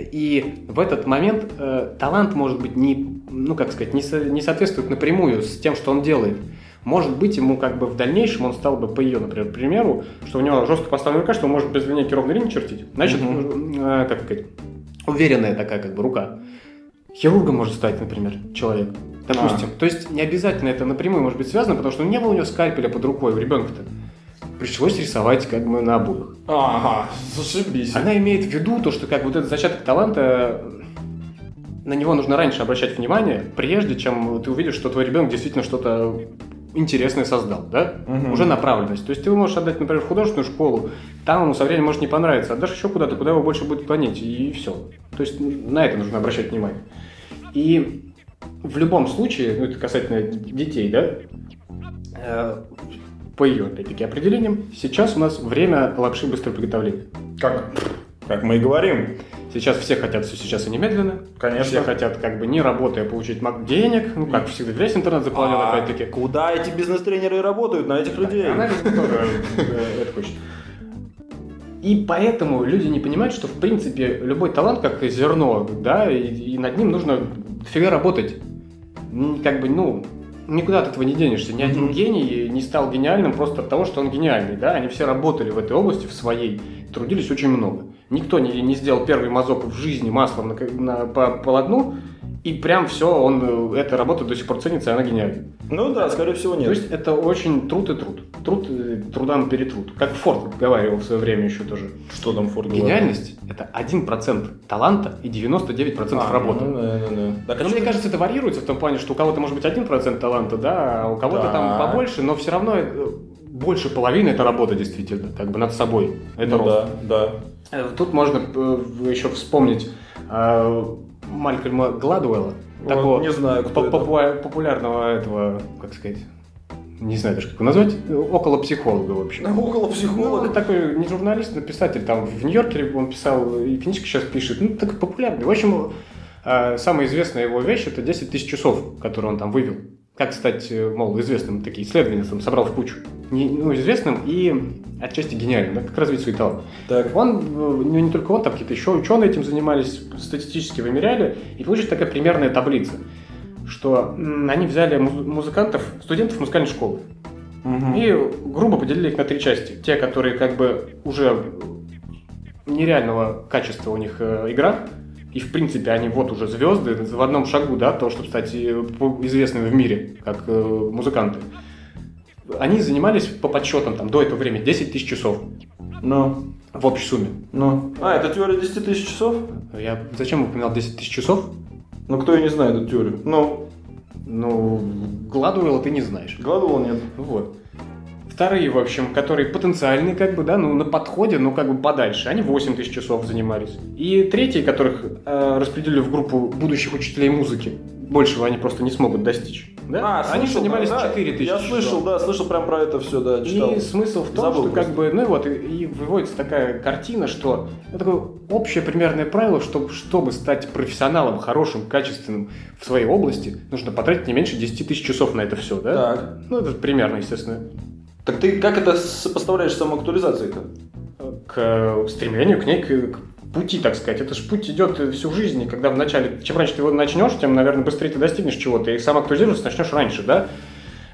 Speaker 2: И в этот момент э, талант может быть не, ну как сказать, не, со- не соответствует напрямую с тем, что он делает. Может быть, ему как бы в дальнейшем он стал бы по ее, например, примеру, что у него жестко поставлена рука, что он может без линейки ровной линии чертить. Значит,
Speaker 1: Мгм.
Speaker 2: э, как сказать, уверенная такая как бы рука. Хирургом может стать, например, человек. Допустим. То есть не обязательно это напрямую может быть связано, потому что не было у него скальпеля под рукой у ребенка-то. пришлось рисовать как бы на обоих.
Speaker 1: Ага, зашибись.
Speaker 2: Она имеет в виду то, что как бы вот этот зачаток таланта, на него нужно раньше обращать внимание, прежде чем ты увидишь, что твой ребенок действительно что-то интересное создал, да?
Speaker 1: Мгм.
Speaker 2: Уже направленность. То есть ты его можешь отдать, например, в художественную школу, там ему со временем может не понравиться, отдашь еще куда-то, куда его больше будет клонить, и все. То есть на это нужно обращать внимание. И в любом случае, ну это касательно детей, да, э, по ее, опять-таки, определениям, сейчас у нас время лапши быстрого приготовления.
Speaker 1: Как? Как мы и говорим.
Speaker 2: Сейчас все хотят все сейчас и немедленно. Все
Speaker 1: Конечно.
Speaker 2: хотят, как бы не работая, получить мак денег. Ну, как всегда, весь интернет заполнен,
Speaker 1: А
Speaker 2: опять-таки.
Speaker 1: Куда эти бизнес-тренеры и работают на этих людей?
Speaker 2: Она как бы тоже э, это хочет. И поэтому люди не понимают, что в принципе любой талант как зерно, да, и, и над ним нужно дофига работать. М, Как бы, ну, никуда от этого не денешься. Ни один
Speaker 1: Мгм.
Speaker 2: гений не стал гениальным просто от того, что он гениальный, да. Они все работали в этой области, в своей, трудились очень много. Никто не, не сделал первый мазок в жизни маслом на, на- по полотну, и прям все, он, э, эта работа до сих пор ценится, и она гениальна.
Speaker 1: Ну да, скорее всего, нет.
Speaker 2: То есть это очень труд и труд. Труд э, трудам перетруд. Как Форд говорил в свое время еще тоже.
Speaker 1: что там Форд говорит?
Speaker 2: Гениальность – это 1% таланта и 99%
Speaker 1: А,
Speaker 2: работы.
Speaker 1: ну да, да, да. Так, а
Speaker 2: Но
Speaker 1: чё-
Speaker 2: мне кажется, это варьируется в том плане, что у кого-то может быть 1% таланта, да, а у кого-то там
Speaker 1: Да.
Speaker 2: побольше, но все равно э, больше половины – это работа действительно, как бы над собой. Это
Speaker 1: Ну
Speaker 2: рост.
Speaker 1: да, да.
Speaker 2: Э, Тут можно еще вспомнить э, Малькольма Гладуэлла, такого
Speaker 1: Вот не знаю, кто
Speaker 2: по-
Speaker 1: это.
Speaker 2: популя- популярного этого, как сказать, не знаю даже как его назвать, около психолога, в общем.
Speaker 1: Ну, Около
Speaker 2: Ну, он
Speaker 1: психолога.
Speaker 2: такой не журналист, но писатель. Там в Нью-Йорке он писал, и книжки сейчас пишет. Ну, так популярный. В общем, э, самая известная его вещь – это 10 тысяч часов, которые он там вывел. Как стать, э, мол, известным, такие исследования там собрал в кучу. Не- ну, известным и отчасти гениальным, да, как развить свой талант.
Speaker 1: Так,
Speaker 2: Он, э, ну не только он, там какие-то еще ученые этим занимались, статистически вымеряли, и получилась такая примерная таблица, что м, они взяли муз- музыкантов, студентов музыкальной школы,
Speaker 1: мгм.
Speaker 2: и грубо поделили их на три части. Те, которые как бы уже нереального качества у них э, игра, и в принципе они вот уже звезды в одном шагу, да, от того, чтобы стать э, по- известными в мире, как э, музыканты. Они занимались по подсчетам там до этого времени 10 тысяч часов
Speaker 1: Ну,
Speaker 2: в общей сумме.
Speaker 1: ну. А, это теория 10 тысяч часов?
Speaker 2: Я зачем упоминал 10 тысяч часов?
Speaker 1: Ну, кто и не знает эту теорию? Ну,
Speaker 2: Ну, Гладуэлла ты не знаешь.
Speaker 1: Гладуэлл нет.
Speaker 2: Вот. Вторые, в общем, которые потенциальные, как бы, да, ну, на подходе, ну, как бы подальше. Они 8 тысяч часов занимались. И третьи, которых э, распределили в группу будущих учителей музыки. Большего они просто не смогут достичь. Да?
Speaker 1: А,
Speaker 2: они
Speaker 1: слышал,
Speaker 2: занимались
Speaker 1: да, да.
Speaker 2: 4 тысячи
Speaker 1: Я
Speaker 2: часов.
Speaker 1: слышал, да, слышал прям про это все, да, читал.
Speaker 2: И смысл в том,
Speaker 1: Забыл
Speaker 2: что
Speaker 1: просто.
Speaker 2: как бы, ну и вот, и, и выводится такая картина, что ну, такое общее примерное правило, что чтобы стать профессионалом, хорошим, качественным в своей области, нужно потратить не меньше 10 тысяч часов на это все, да?
Speaker 1: Так.
Speaker 2: Ну, это примерно, естественно,
Speaker 1: Так ты как это сопоставляешь с самоактуализацией-то?
Speaker 2: к э, стремлению к ней, к, к пути, так сказать. Это же путь идет э, всю жизнь, и когда вначале, чем раньше ты его начнешь, тем, наверное, быстрее ты достигнешь чего-то, и сам актуализироваться начнешь раньше, да?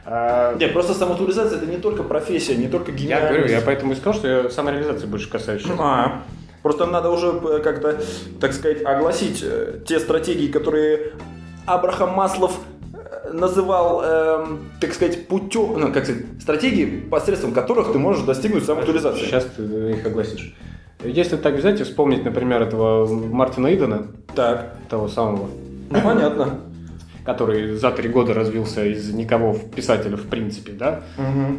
Speaker 2: А,
Speaker 1: Нет, просто самоактуализация это не только профессия, не только
Speaker 2: я
Speaker 1: гениальность.
Speaker 2: говорю, я поэтому и сказал, что я самореализации больше касаюсь. сейчас.
Speaker 1: А. Просто надо уже э, как-то, так сказать, огласить э, те стратегии, которые Абрахам Маслов э, называл, эм, так сказать, путем, ну, как сказать, стратегии, посредством которых ты можешь достигнуть самоактуализации.
Speaker 2: Сейчас ты их огласишь. Если так взять и вспомнить, например, этого Мартина Идена,
Speaker 1: Так,
Speaker 2: того самого,
Speaker 1: ну, понятно.
Speaker 2: который за три года развился из никого в писателя в принципе, да,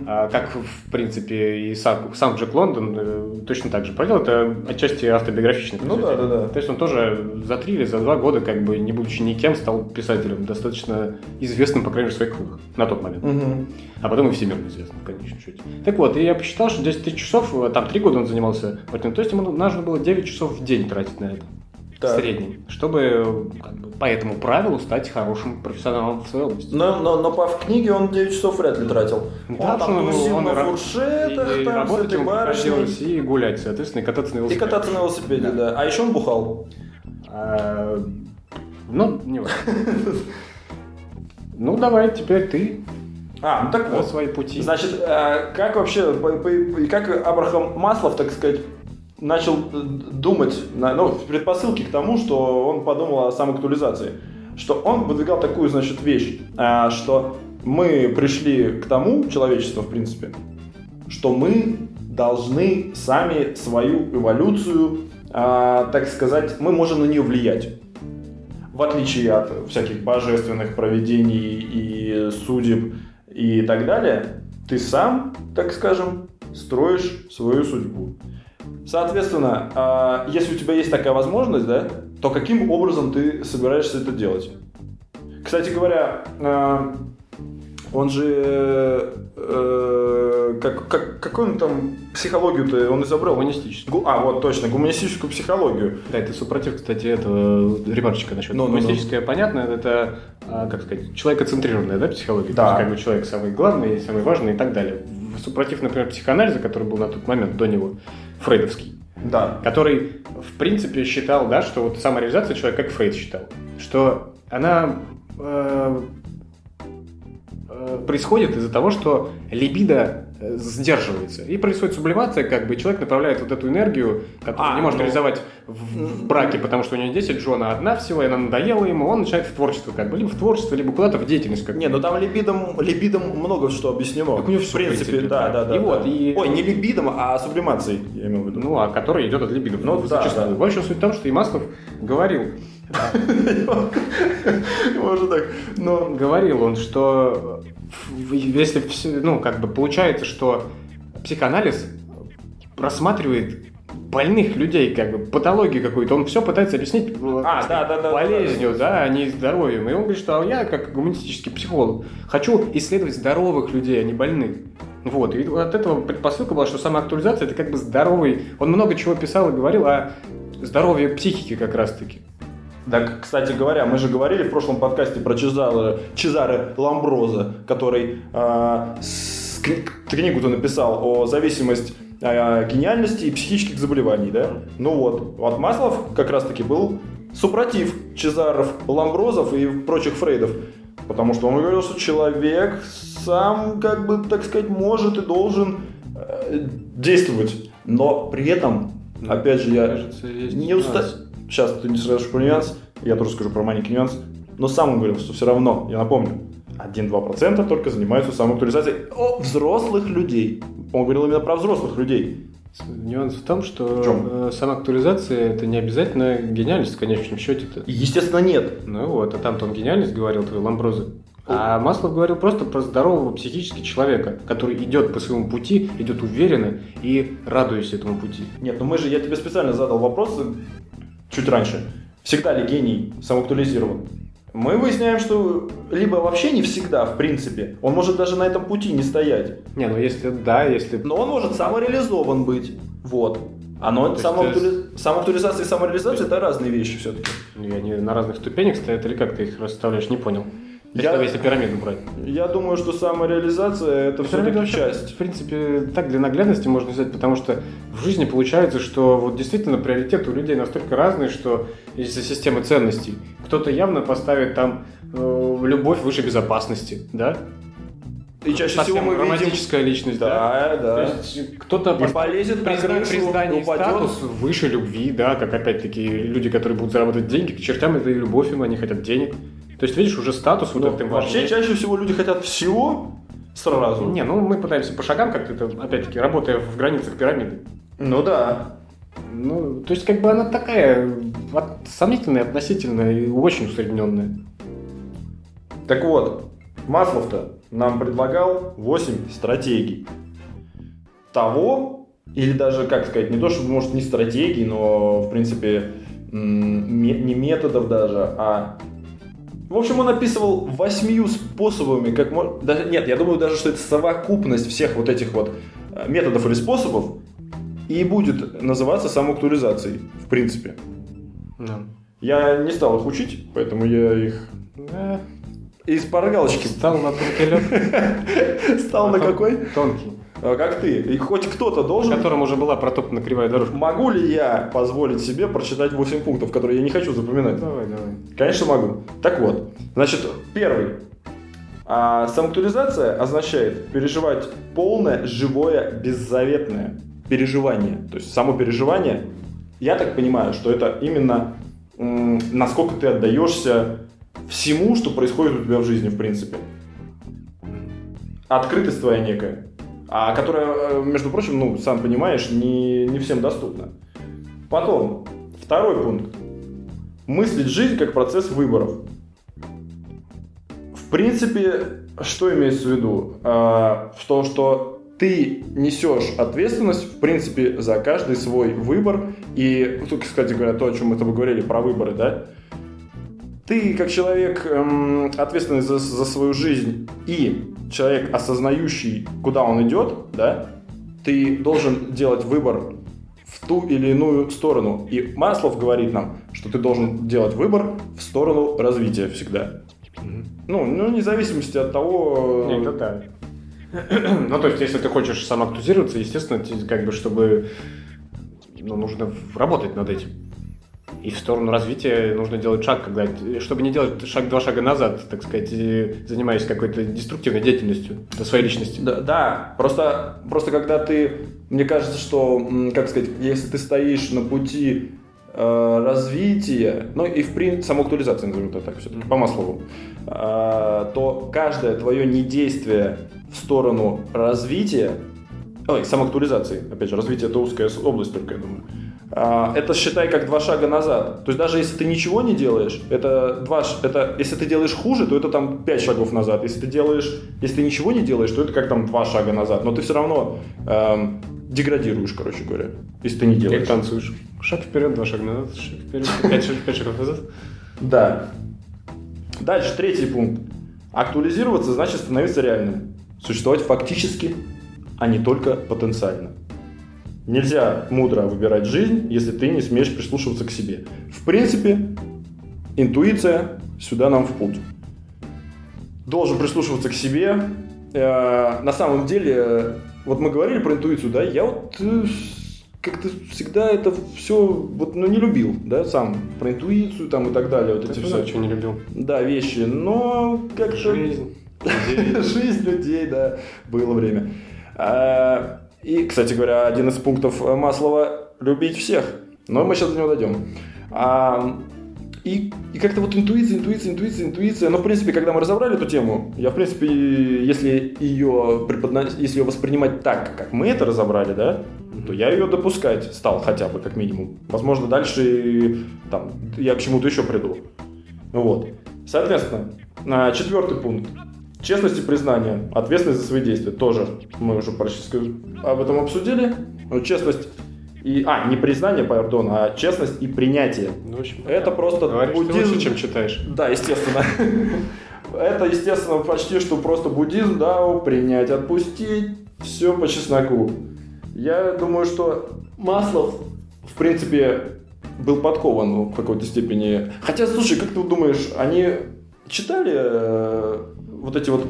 Speaker 2: а, как в принципе и сам, сам Джек Лондон э, точно так же проделал, это отчасти автобиографичный.
Speaker 1: Ну да, да, да.
Speaker 2: То есть он тоже за три или за два года, как бы не будучи никем, стал писателем достаточно известным, по крайней мере, в своих кругах на тот момент.
Speaker 1: Мгм.
Speaker 2: А потом и всемирно известно, в конечном счете. Так вот, и я посчитал, что 10 тысяч часов, э, там 3 года он занимался этим, то есть ему нужно было 9 часов в день тратить на это.
Speaker 1: Так.
Speaker 2: В среднем. Чтобы э, как бы, по этому правилу стать хорошим профессионалом в своей области.
Speaker 1: Но, но, но по в книге он 9 часов вряд ли тратил.
Speaker 2: Да,
Speaker 1: он
Speaker 2: Ну, потому
Speaker 1: там
Speaker 2: что
Speaker 1: тусил
Speaker 2: он и
Speaker 1: на
Speaker 2: ра-
Speaker 1: фуршетах,
Speaker 2: и
Speaker 1: там, с
Speaker 2: работать
Speaker 1: этой
Speaker 2: ему
Speaker 1: барышней.
Speaker 2: приходилось, и гулять, соответственно, и кататься на
Speaker 1: И
Speaker 2: велосипеде.
Speaker 1: кататься на велосипеде, да. А еще он бухал.
Speaker 2: А, Ну, не важно. Ну, давай, теперь ты
Speaker 1: А, ну так
Speaker 2: на
Speaker 1: вот.
Speaker 2: свои пути.
Speaker 1: Значит, э, как вообще, по- по- и как Абрахам Маслов, так сказать, начал э, думать, на- ну, в предпосылке к тому, что он подумал о самоактуализации, что он выдвигал такую, значит, вещь, э, что мы пришли к тому, человечество, в принципе, что мы должны сами свою эволюцию, а, так сказать, мы можем на нее влиять. В отличие от всяких божественных проведений и судеб и так далее, ты сам, так скажем, строишь свою судьбу. Соответственно, а, если у тебя есть такая возможность, да, то каким образом ты собираешься это делать? Кстати говоря, а, он же... э, Как, как, какой он там психологию-то он изобрел?
Speaker 2: Гуманистический.
Speaker 1: Гу- А, вот точно, гуманистическую психологию.
Speaker 2: Да, А, это супротив, кстати, этого ремарочка насчет
Speaker 1: Ну, ну, ну.
Speaker 2: гуманистическое, понятно, это, а, как сказать, человекоцентрированная да, психология.
Speaker 1: Да.
Speaker 2: То есть, как бы человек самый главный, самый важный и так далее. В- Супротив, например, психоанализа, который был на тот момент до него, фрейдовский,
Speaker 1: Да.
Speaker 2: который, в принципе, считал, да, что вот самореализация человека, как Фрейд считал, что она э, э, происходит из-за того, что либидо э, сдерживается. И происходит сублимация, как бы и человек направляет вот эту энергию, которую
Speaker 1: А,
Speaker 2: не может
Speaker 1: ну.
Speaker 2: реализовать в, в браке, потому что у него 10 жен, а одна всего, и она надоела ему, он начинает в творчество, как бы, либо в творчество, либо куда-то в деятельность. Как
Speaker 1: Не, ну там либидом, либидом много что объяснено.
Speaker 2: Так у него
Speaker 1: в
Speaker 2: всё,
Speaker 1: принципе,
Speaker 2: в принципе,
Speaker 1: да,
Speaker 2: да.
Speaker 1: да, да.
Speaker 2: И вот,
Speaker 1: да.
Speaker 2: и-
Speaker 1: Ой, не либидом, а сублимацией, я имел в виду.
Speaker 2: ну, а который идет от либидо.
Speaker 1: Ну, да,
Speaker 2: зачастую.
Speaker 1: да.
Speaker 2: В общем, суть в том, что и Маслов говорил,
Speaker 1: Можно так.
Speaker 2: Но говорил он, что в- если все, ну, как бы получается, что психоанализ рассматривает больных людей, как бы патологию какую-то, он все пытается объяснить э,
Speaker 1: А, да, да, да.
Speaker 2: болезнью, да, а не здоровьем. И он говорит, что «А я, как гуманистический психолог, хочу исследовать здоровых людей, а не больных. Вот, и от этого предпосылка была, что самоактуализация это как бы здоровый. Он много чего писал и говорил о здоровье психики как раз-таки.
Speaker 1: Да, к- кстати говоря, мы же говорили в прошлом подкасте про Чезаро, Чезаре Ламброза, который а, с- кни- книгу-то написал о зависимости а, гениальности и психических заболеваний, да? Ну вот, вот Маслов как раз-таки был супротив Чезаров, Ламброзов и прочих Фрейдов, потому что он говорил, что человек сам, как бы, так сказать, может и должен э, действовать, но при этом, Ну, опять же, я...
Speaker 2: Кажется, есть
Speaker 1: Не уста...
Speaker 2: нюанс.
Speaker 1: Сейчас ты не сразу про нюанс, я тоже скажу про маленький нюанс. Но сам он говорил, что все равно, я напомню, 1-2% только занимаются самоактуализацией о, взрослых людей. Он говорил именно про взрослых людей.
Speaker 2: Нюанс в том, что
Speaker 1: В чём?
Speaker 2: э, самоактуализация это не обязательно гениальность в конечном счете-то.
Speaker 1: И, естественно, нет.
Speaker 2: Ну вот, а там-то он гениальность говорил, твой Ламброза. А Маслов говорил просто про здорового психически человека, который идет по своему пути, идет уверенно и радуясь этому пути.
Speaker 1: Нет, ну мы же, я тебе специально задал вопрос чуть раньше. Всегда ли гений самоактуализирован? Мы выясняем, что либо вообще не всегда, в принципе, он может даже на этом пути не стоять.
Speaker 2: Не, ну если да, если...
Speaker 1: Но он может самореализован быть. Вот. Оно
Speaker 2: То есть
Speaker 1: самоактуали- самоактуализация и самореализация это разные вещи все-таки.
Speaker 2: Ну, Я не на разных ступенях стоят или как ты их расставляешь, не понял.
Speaker 1: Я-
Speaker 2: Если, если пирамиду брать.
Speaker 1: Я думаю, что самореализация это
Speaker 2: Пирамида
Speaker 1: все-таки
Speaker 2: вообще,
Speaker 1: часть.
Speaker 2: В принципе, так для наглядности можно взять, потому что в жизни получается, что вот действительно приоритеты у людей настолько разные, что из-за системы ценностей кто-то явно поставит там э, любовь выше безопасности, да?
Speaker 1: И чаще
Speaker 2: Совсем
Speaker 1: всего мы видим...
Speaker 2: романтическая личность, да?
Speaker 1: Да, да.
Speaker 2: То есть кто-то
Speaker 1: И
Speaker 2: поставит
Speaker 1: полезет
Speaker 2: при,
Speaker 1: на
Speaker 2: зна- при
Speaker 1: крышу,
Speaker 2: здании
Speaker 1: упадет.
Speaker 2: статус выше любви, да, как опять-таки люди, которые будут зарабатывать деньги, к чертям это и любовь им, они хотят денег. То есть, видишь, уже статус вот
Speaker 1: Ну,
Speaker 2: этот им важен.
Speaker 1: вообще чаще всего люди хотят всего сразу.
Speaker 2: Не, ну мы пытаемся по шагам как-то, это, опять-таки, работая в границах пирамиды.
Speaker 1: Ну да.
Speaker 2: Ну, то есть, как бы она такая от- сомнительная, относительная и очень усредненная.
Speaker 1: Так вот, Маслов-то нам предлагал 8 стратегий того, или даже, как сказать, не то, что, может, не стратегий, но, в принципе, м, ме- не методов даже, а... В общем, он описывал восьмию способами, как мо- даже, нет, я думаю даже, что это совокупность всех вот этих вот э, методов или способов и будет называться самоактуализацией, в принципе.
Speaker 2: Да.
Speaker 1: Я не стал их учить, поэтому я их из паргалочки
Speaker 2: Э, Стал на тонкий лед.
Speaker 1: Стал на какой?
Speaker 2: Тонкий.
Speaker 1: А, Как ты. И хоть кто-то
Speaker 2: В
Speaker 1: должен.
Speaker 2: котором уже была протоптана кривая дорожка.
Speaker 1: Могу ли я позволить себе прочитать 8 пунктов, которые я не хочу запоминать?
Speaker 2: Давай, давай.
Speaker 1: Конечно, могу. Так вот, значит, первый. А, самоактуализация означает переживать полное, живое, беззаветное переживание. То есть само переживание, я так понимаю, что это именно м, насколько ты отдаешься всему, что происходит у тебя в жизни, в принципе. Открытость твоя некая. а которая, э, между прочим, ну, сам понимаешь, не, не всем доступна. Потом, второй пункт. Мыслить жизнь как процесс выборов. В принципе, что имеется в виду? А, в том, что ты несешь ответственность, в принципе, за каждый свой выбор. И, ну, тут, кстати говоря, то, о чем мы с тобой говорили про выборы, да? Ты, как человек, эм, ответственный за, за свою жизнь и человек, осознающий, куда он идет, да, ты должен делать выбор в ту или иную сторону. И Маслов говорит нам, что ты должен делать выбор в сторону развития всегда. Ну, ну, вне зависимости от того...
Speaker 2: Нет, это да. Ну, то есть, если ты хочешь сам актузироваться, естественно, тебе как бы, чтобы... Ну, нужно в- работать над этим. И в сторону развития нужно делать шаг, когда... Чтобы не делать шаг два шага назад, так сказать, и занимаясь какой-то деструктивной деятельностью для своей личности.
Speaker 1: Да, да, просто, просто когда ты, мне кажется, что, м, как сказать, если ты стоишь на пути э, развития, ну и в принципе самоактуализации, назовем это так все-таки, по Маслову, э, то каждое твое недействие в сторону развития, ой, самоактуализации, опять же, развитие это узкая с- область только, я думаю, а, это считай как два шага назад. То есть даже если ты ничего не делаешь, это два, ш- это если ты делаешь хуже, то это там пять шагов назад. Если ты делаешь, если ты ничего не делаешь, то это как там два шага назад. Но ты все равно эм, деградируешь, короче говоря, если ты не
Speaker 2: Как
Speaker 1: делаешь.
Speaker 2: танцуешь. Шаг вперед, два шага назад, шаг вперед, пять, шаг- пять шагов назад.
Speaker 1: Да. Дальше третий пункт. Актуализироваться значит становиться реальным. Существовать фактически, а не только потенциально. Нельзя мудро выбирать жизнь, если ты не смеешь прислушиваться к себе. В принципе, интуиция сюда нам в путь. Должен прислушиваться к себе. Э, На самом деле, э, вот мы говорили про интуицию, да, я вот э, с- как-то всегда это все вот, ну, не любил, да, сам, про интуицию там и так далее, вот эти
Speaker 2: Я
Speaker 1: все,
Speaker 2: всё, чего не любил.
Speaker 1: да, вещи, но как-то...
Speaker 2: Жизнь. людей.
Speaker 1: Жизнь людей, да, было время. А, И, кстати говоря, один из пунктов э, Маслова – любить всех. Но мы сейчас до него дойдем. А, И, и как-то вот интуиция, интуиция, интуиция, интуиция. Но, в принципе, когда мы разобрали эту тему, я, в принципе, если ее, преподно... если ее воспринимать так, как мы это разобрали, да, то я ее допускать стал хотя бы, как минимум. Возможно, дальше э, там, я к чему-то еще приду. Вот. Соответственно, а, четвертый пункт. Честность и признание, ответственность за свои действия тоже мы уже практически об этом обсудили. Но Честность и... А, не признание, пардон, а честность и принятие.
Speaker 2: Ну, в общем,
Speaker 1: Это просто
Speaker 2: Говоришь, ты
Speaker 1: буддизм.
Speaker 2: лучше, чем читаешь.
Speaker 1: Да, естественно. Это, естественно, почти что просто буддизм, да, о, принять, отпустить, все по чесноку. Я думаю, что Маслов, в принципе, был подкован ну, в какой-то степени. Хотя, слушай, как ты думаешь, они читали э, вот эти вот,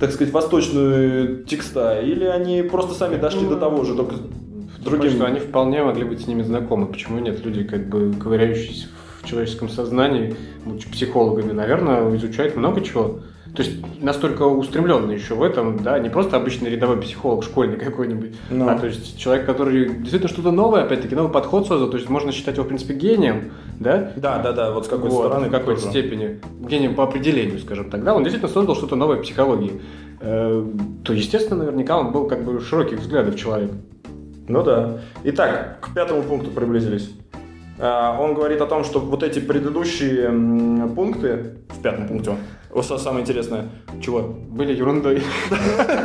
Speaker 1: так сказать, восточные текста, или они просто сами дошли
Speaker 2: Ну,
Speaker 1: до того же, только
Speaker 2: Другим...
Speaker 1: другим...
Speaker 2: Типа, что они вполне могли быть с ними знакомы. Почему нет? Люди, как бы ковыряющиеся в человеческом сознании, будучи психологами, наверное, изучают много чего. То есть настолько устремленный еще в этом, да, не просто обычный рядовой психолог, школьный какой-нибудь,
Speaker 1: Ну.
Speaker 2: а то есть человек, который действительно что-то новое, опять-таки, новый подход создал, то есть можно считать его, в принципе, гением, да,
Speaker 1: Да, да, да, вот с какой
Speaker 2: Вот,
Speaker 1: стороны.
Speaker 2: в какой-то
Speaker 1: тоже.
Speaker 2: степени, гением по определению, скажем так, да, он действительно создал что-то новое в психологии, Э, то, естественно, наверняка он был как бы широких взглядов человек.
Speaker 1: Ну да. Итак, к пятому пункту приблизились. А, Он говорит о том, что вот эти предыдущие м, пункты в пятом пункте. Вот что самое интересное. Чего?
Speaker 2: Были ерундой.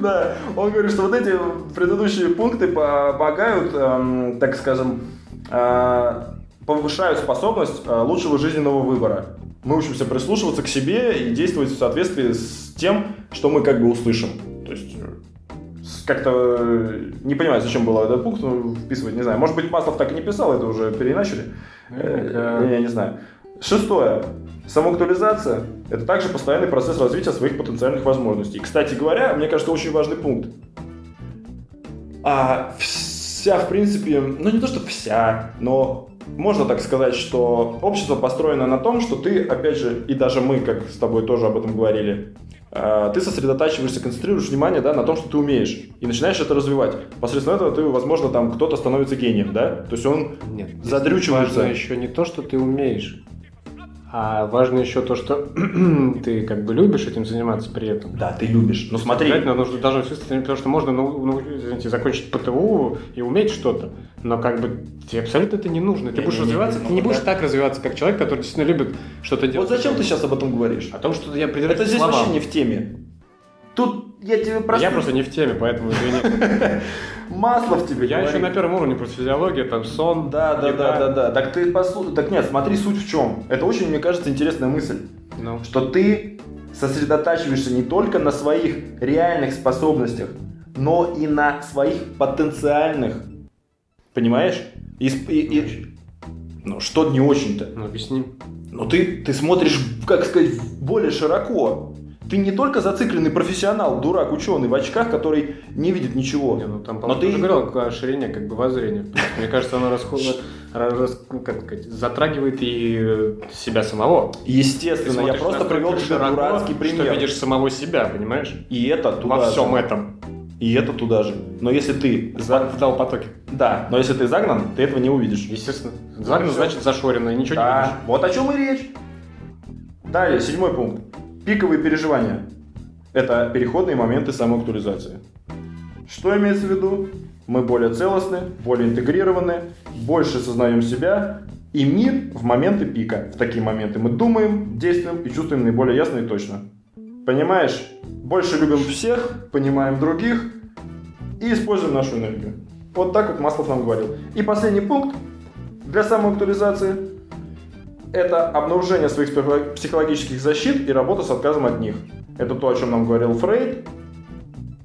Speaker 1: Да, он говорит, что вот эти предыдущие пункты помогают, эм, так скажем, э, повышают способность э, лучшего жизненного выбора. Мы учимся прислушиваться к себе и действовать в соответствии с тем, что мы как бы услышим. То есть э, с- как-то э, не понимаю, зачем было этот пункт ну, вписывать, не знаю. Может быть, Маслов так и не писал, это уже переначали. Э,
Speaker 2: Наверняка.
Speaker 1: Я не знаю. Шестое. Самоактуализация – это также постоянный процесс развития своих потенциальных возможностей. Кстати говоря, мне кажется, очень важный пункт. А вся, в принципе, ну не то, что вся, но можно так сказать, что общество построено на том, что ты, опять же, и даже мы, как с тобой тоже об этом говорили, э, ты сосредотачиваешься, концентрируешь внимание да, на том, что ты умеешь, и начинаешь это развивать. Посредством этого ты, возможно, там кто-то становится гением, да? То есть он
Speaker 2: Нет.
Speaker 1: задрючивается.
Speaker 2: Важно еще не то, что ты умеешь, А важно еще то, что ты как бы любишь этим заниматься при этом.
Speaker 1: Да, ты любишь. Ну смотри,
Speaker 2: Обязательно нужно даже всё стремиться, потому что можно ну, ну, извините, закончить ПТУ и уметь что-то, но как бы тебе абсолютно это не нужно. Ты
Speaker 1: Не,
Speaker 2: будешь
Speaker 1: не, не,
Speaker 2: развиваться,
Speaker 1: не,
Speaker 2: ты
Speaker 1: ну,
Speaker 2: не будешь
Speaker 1: да.
Speaker 2: так развиваться, как человек, который действительно любит что-то
Speaker 1: вот
Speaker 2: делать.
Speaker 1: зачем ты сейчас об этом говоришь?
Speaker 2: О том, что я придираюсь
Speaker 1: Это
Speaker 2: к
Speaker 1: здесь
Speaker 2: словам.
Speaker 1: вообще не в теме. Тут я тебе просто...
Speaker 2: Я просто не в теме, поэтому извини.
Speaker 1: Масло в тебе
Speaker 2: Я еще
Speaker 1: говорит.
Speaker 2: на первом уровне просто физиология, там сон.
Speaker 1: Да, да,
Speaker 2: еда.
Speaker 1: да, да, да. Так ты послушай. Так нет, смотри, суть в чем. Это очень, мне кажется, интересная мысль.
Speaker 2: Ну,
Speaker 1: Что ты сосредотачиваешься не только на своих реальных способностях, но и на своих потенциальных. Понимаешь? И сп- и- и- Ну, что не очень-то.
Speaker 2: ну объясни.
Speaker 1: Но ты, ты смотришь, как сказать, более широко. Ты не только зацикленный профессионал, дурак, ученый в очках, который не видит ничего.
Speaker 2: Не, ну там,
Speaker 1: Но
Speaker 2: по-моему,
Speaker 1: ты-
Speaker 2: ты уже говорил, какое ширение как бы воззрения. В принципе, Мне кажется, оно расход- раз- раз- ну, как сказать, затрагивает и э, себя самого. Ты
Speaker 1: Естественно, я
Speaker 2: смотришь
Speaker 1: просто
Speaker 2: настолько
Speaker 1: привел тебе
Speaker 2: широко,
Speaker 1: дурацкий
Speaker 2: Что
Speaker 1: пример. Ну
Speaker 2: видишь самого себя, понимаешь?
Speaker 1: И это туда
Speaker 2: Во
Speaker 1: же.
Speaker 2: всем этом.
Speaker 1: И это туда же. Но если ты...
Speaker 2: За... В потоке.
Speaker 1: Да, но если ты загнан, ты этого не увидишь.
Speaker 2: Естественно. Загнан
Speaker 1: всё.
Speaker 2: значит зашоренное, ничего не
Speaker 1: Да,
Speaker 2: видишь.
Speaker 1: вот о чем и речь. Далее, седьмой пункт. Пиковые переживания. Это переходные моменты самоактуализации. Что имеется в виду? Мы более целостны, более интегрированы, больше сознаем себя и мир в моменты пика. В такие моменты мы думаем, действуем и чувствуем наиболее ясно и точно. Понимаешь? Больше любим всех, понимаем других и используем нашу энергию. Вот так вот Маслов нам говорил. И последний пункт для самоактуализации – это обнаружение своих психо- психологических защит и работа с отказом от них. Это то, о чем нам говорил Фрейд.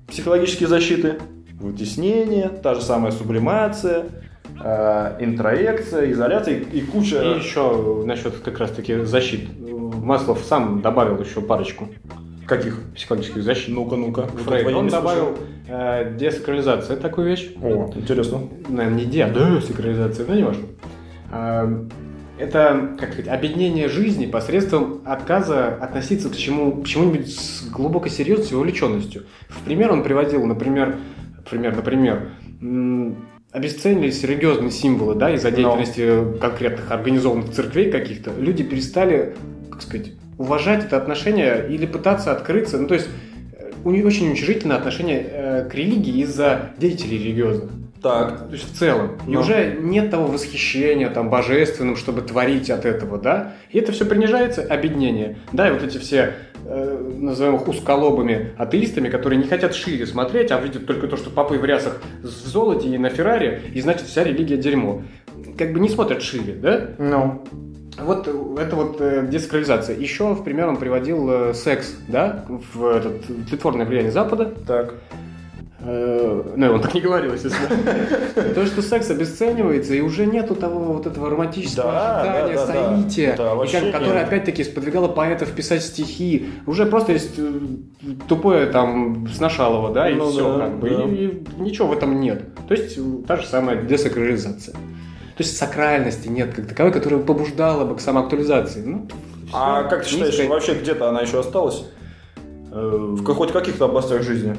Speaker 1: Психологические защиты, вытеснение, та же самая сублимация, э, интроекция, изоляция и, и куча...
Speaker 2: И еще насчет как раз-таки защит. Маслов сам добавил еще парочку
Speaker 1: Каких?
Speaker 2: психологических защит.
Speaker 1: Ну-ка, ну-ка. Вот
Speaker 2: Фрейд,
Speaker 1: этого я
Speaker 2: он
Speaker 1: не слышал.
Speaker 2: добавил э, десакрализация, такую вещь.
Speaker 1: О, интересно.
Speaker 2: наверное, не идея, а да, сакрализация, ну не важно. А, Это, как сказать, объединение жизни посредством отказа относиться к, чему, к чему-нибудь с глубокой серьезностью и увлеченностью. В пример он приводил, например, пример, например, м, обесценились религиозные символы, да, из-за
Speaker 1: Но.
Speaker 2: деятельности конкретных организованных церквей каких-то. Люди перестали, как сказать, уважать это отношение или пытаться открыться. Ну, то есть, э, у них очень уничижительное отношение э, к религии из-за деятелей религиозных.
Speaker 1: Так,
Speaker 2: То есть в целом. И
Speaker 1: Ну.
Speaker 2: уже нет того восхищения там божественным, чтобы творить от этого, да? И это все принижается, обеднение. Да, и вот эти все, э, назовем их узколобыми атеистами, которые не хотят шире смотреть, а видят только то, что папы в рясах в золоте и на Феррари, и значит вся религия дерьмо. Как бы не смотрят шире, да?
Speaker 1: ну,
Speaker 2: Вот э, это вот э, десакрализация. Еще, в пример, он приводил э, секс, да, в этот в тлетворное влияние Запада.
Speaker 1: так.
Speaker 2: Э, Ну, он так не говорил, естественно. То, что секс обесценивается, и уже нету того вот этого романтического
Speaker 1: Да,
Speaker 2: ожидания,
Speaker 1: да, да, да.
Speaker 2: соития,
Speaker 1: Да,
Speaker 2: и
Speaker 1: вообще
Speaker 2: как- которое,
Speaker 1: нет.
Speaker 2: опять-таки, сподвигало поэтов писать стихи. Уже просто есть э, тупое там сношалово, да, и
Speaker 1: Ну
Speaker 2: все
Speaker 1: да,
Speaker 2: как бы.
Speaker 1: да.
Speaker 2: И, и ничего в этом нет. То есть э, та же самая десакрализация. То есть сакральности нет как таковой, которая побуждала бы к самоактуализации. Ну,
Speaker 1: А
Speaker 2: всё,
Speaker 1: как ты считаешь,
Speaker 2: низкая-
Speaker 1: вообще где-то она еще осталась?
Speaker 2: Э,
Speaker 1: В ка- хоть каких-то областях жизни?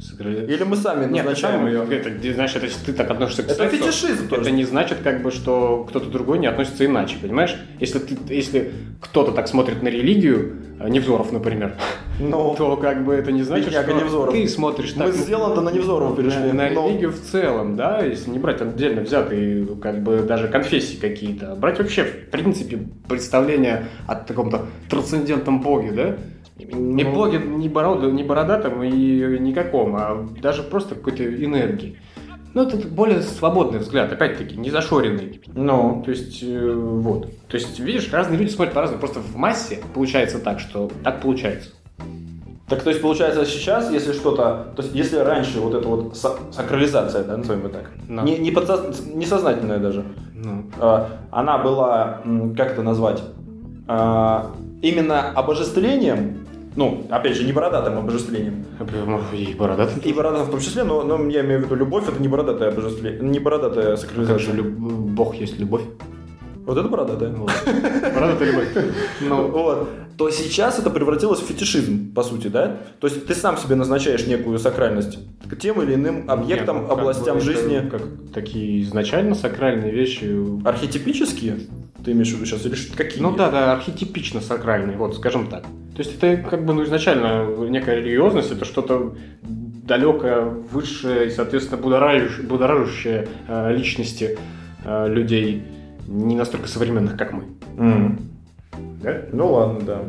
Speaker 2: сакрали-
Speaker 1: Или мы сами
Speaker 2: Нет,
Speaker 1: назначаем
Speaker 2: зачем
Speaker 1: ее?
Speaker 2: Это, где, значит, если ты так относишься к
Speaker 1: Это
Speaker 2: сексу,
Speaker 1: фетишизм
Speaker 2: это
Speaker 1: тоже.
Speaker 2: не значит, как бы, что кто-то другой не относится иначе, понимаешь? Если, ты, если кто-то так смотрит на религию, э, Невзоров, например,
Speaker 1: Ну,
Speaker 2: то как бы это не значит,
Speaker 1: Бедняга
Speaker 2: что
Speaker 1: Невзоров.
Speaker 2: ты смотришь так,
Speaker 1: мы
Speaker 2: ну,
Speaker 1: с Зеланда на Невзорова перешли.
Speaker 2: на, на
Speaker 1: Ну,
Speaker 2: религию в целом, да, если не брать отдельно взятые, как бы, даже конфессии какие-то, а брать вообще, в принципе, представление о таком-то трансцендентном боге, да? Не
Speaker 1: Ну.
Speaker 2: боге, не, бороду, не бородатом и никаком, а даже просто какой-то энергии. Ну, это более свободный взгляд, опять-таки, не зашоренный.
Speaker 1: Ну,
Speaker 2: То есть, э, вот. То есть, видишь, разные люди смотрят по-разному. Просто в массе получается так, что так получается.
Speaker 1: так то есть получается сейчас, если что-то, то есть если раньше вот эта вот са- сакрализация, да, назовем ее так,
Speaker 2: Да.
Speaker 1: не, не подсо- несознательная даже,
Speaker 2: Ну,
Speaker 1: э, она была, м, как это назвать, э, именно обожествлением, ну, опять же, не бородатым обожествлением,
Speaker 2: и бородатый.
Speaker 1: И бородатым в том числе, но, но я имею в виду любовь, это не бородатая божестве, не бородатая
Speaker 2: Ну, Как же
Speaker 1: сакрализация.
Speaker 2: люб- Бог есть любовь.
Speaker 1: Вот это бородатая.
Speaker 2: Вот. Бородатая любовь. Ну,
Speaker 1: Вот. То сейчас это превратилось в фетишизм, по сути, да? То есть ты сам себе назначаешь некую сакральность к тем или иным объектам,
Speaker 2: нет, ну, как
Speaker 1: областям
Speaker 2: бы это
Speaker 1: жизни.
Speaker 2: Как такие изначально сакральные вещи.
Speaker 1: Архетипические? Ты имеешь в виду сейчас? Или что какие?
Speaker 2: Ну да, да, архетипично сакральный, вот, скажем так. То есть это как бы ну, изначально некая религиозность, это что-то далекое, высшее и, соответственно, будоражащее, будоражащее э, личности э, людей не настолько современных, как мы.
Speaker 1: М.
Speaker 2: Да?
Speaker 1: Ну ладно, да.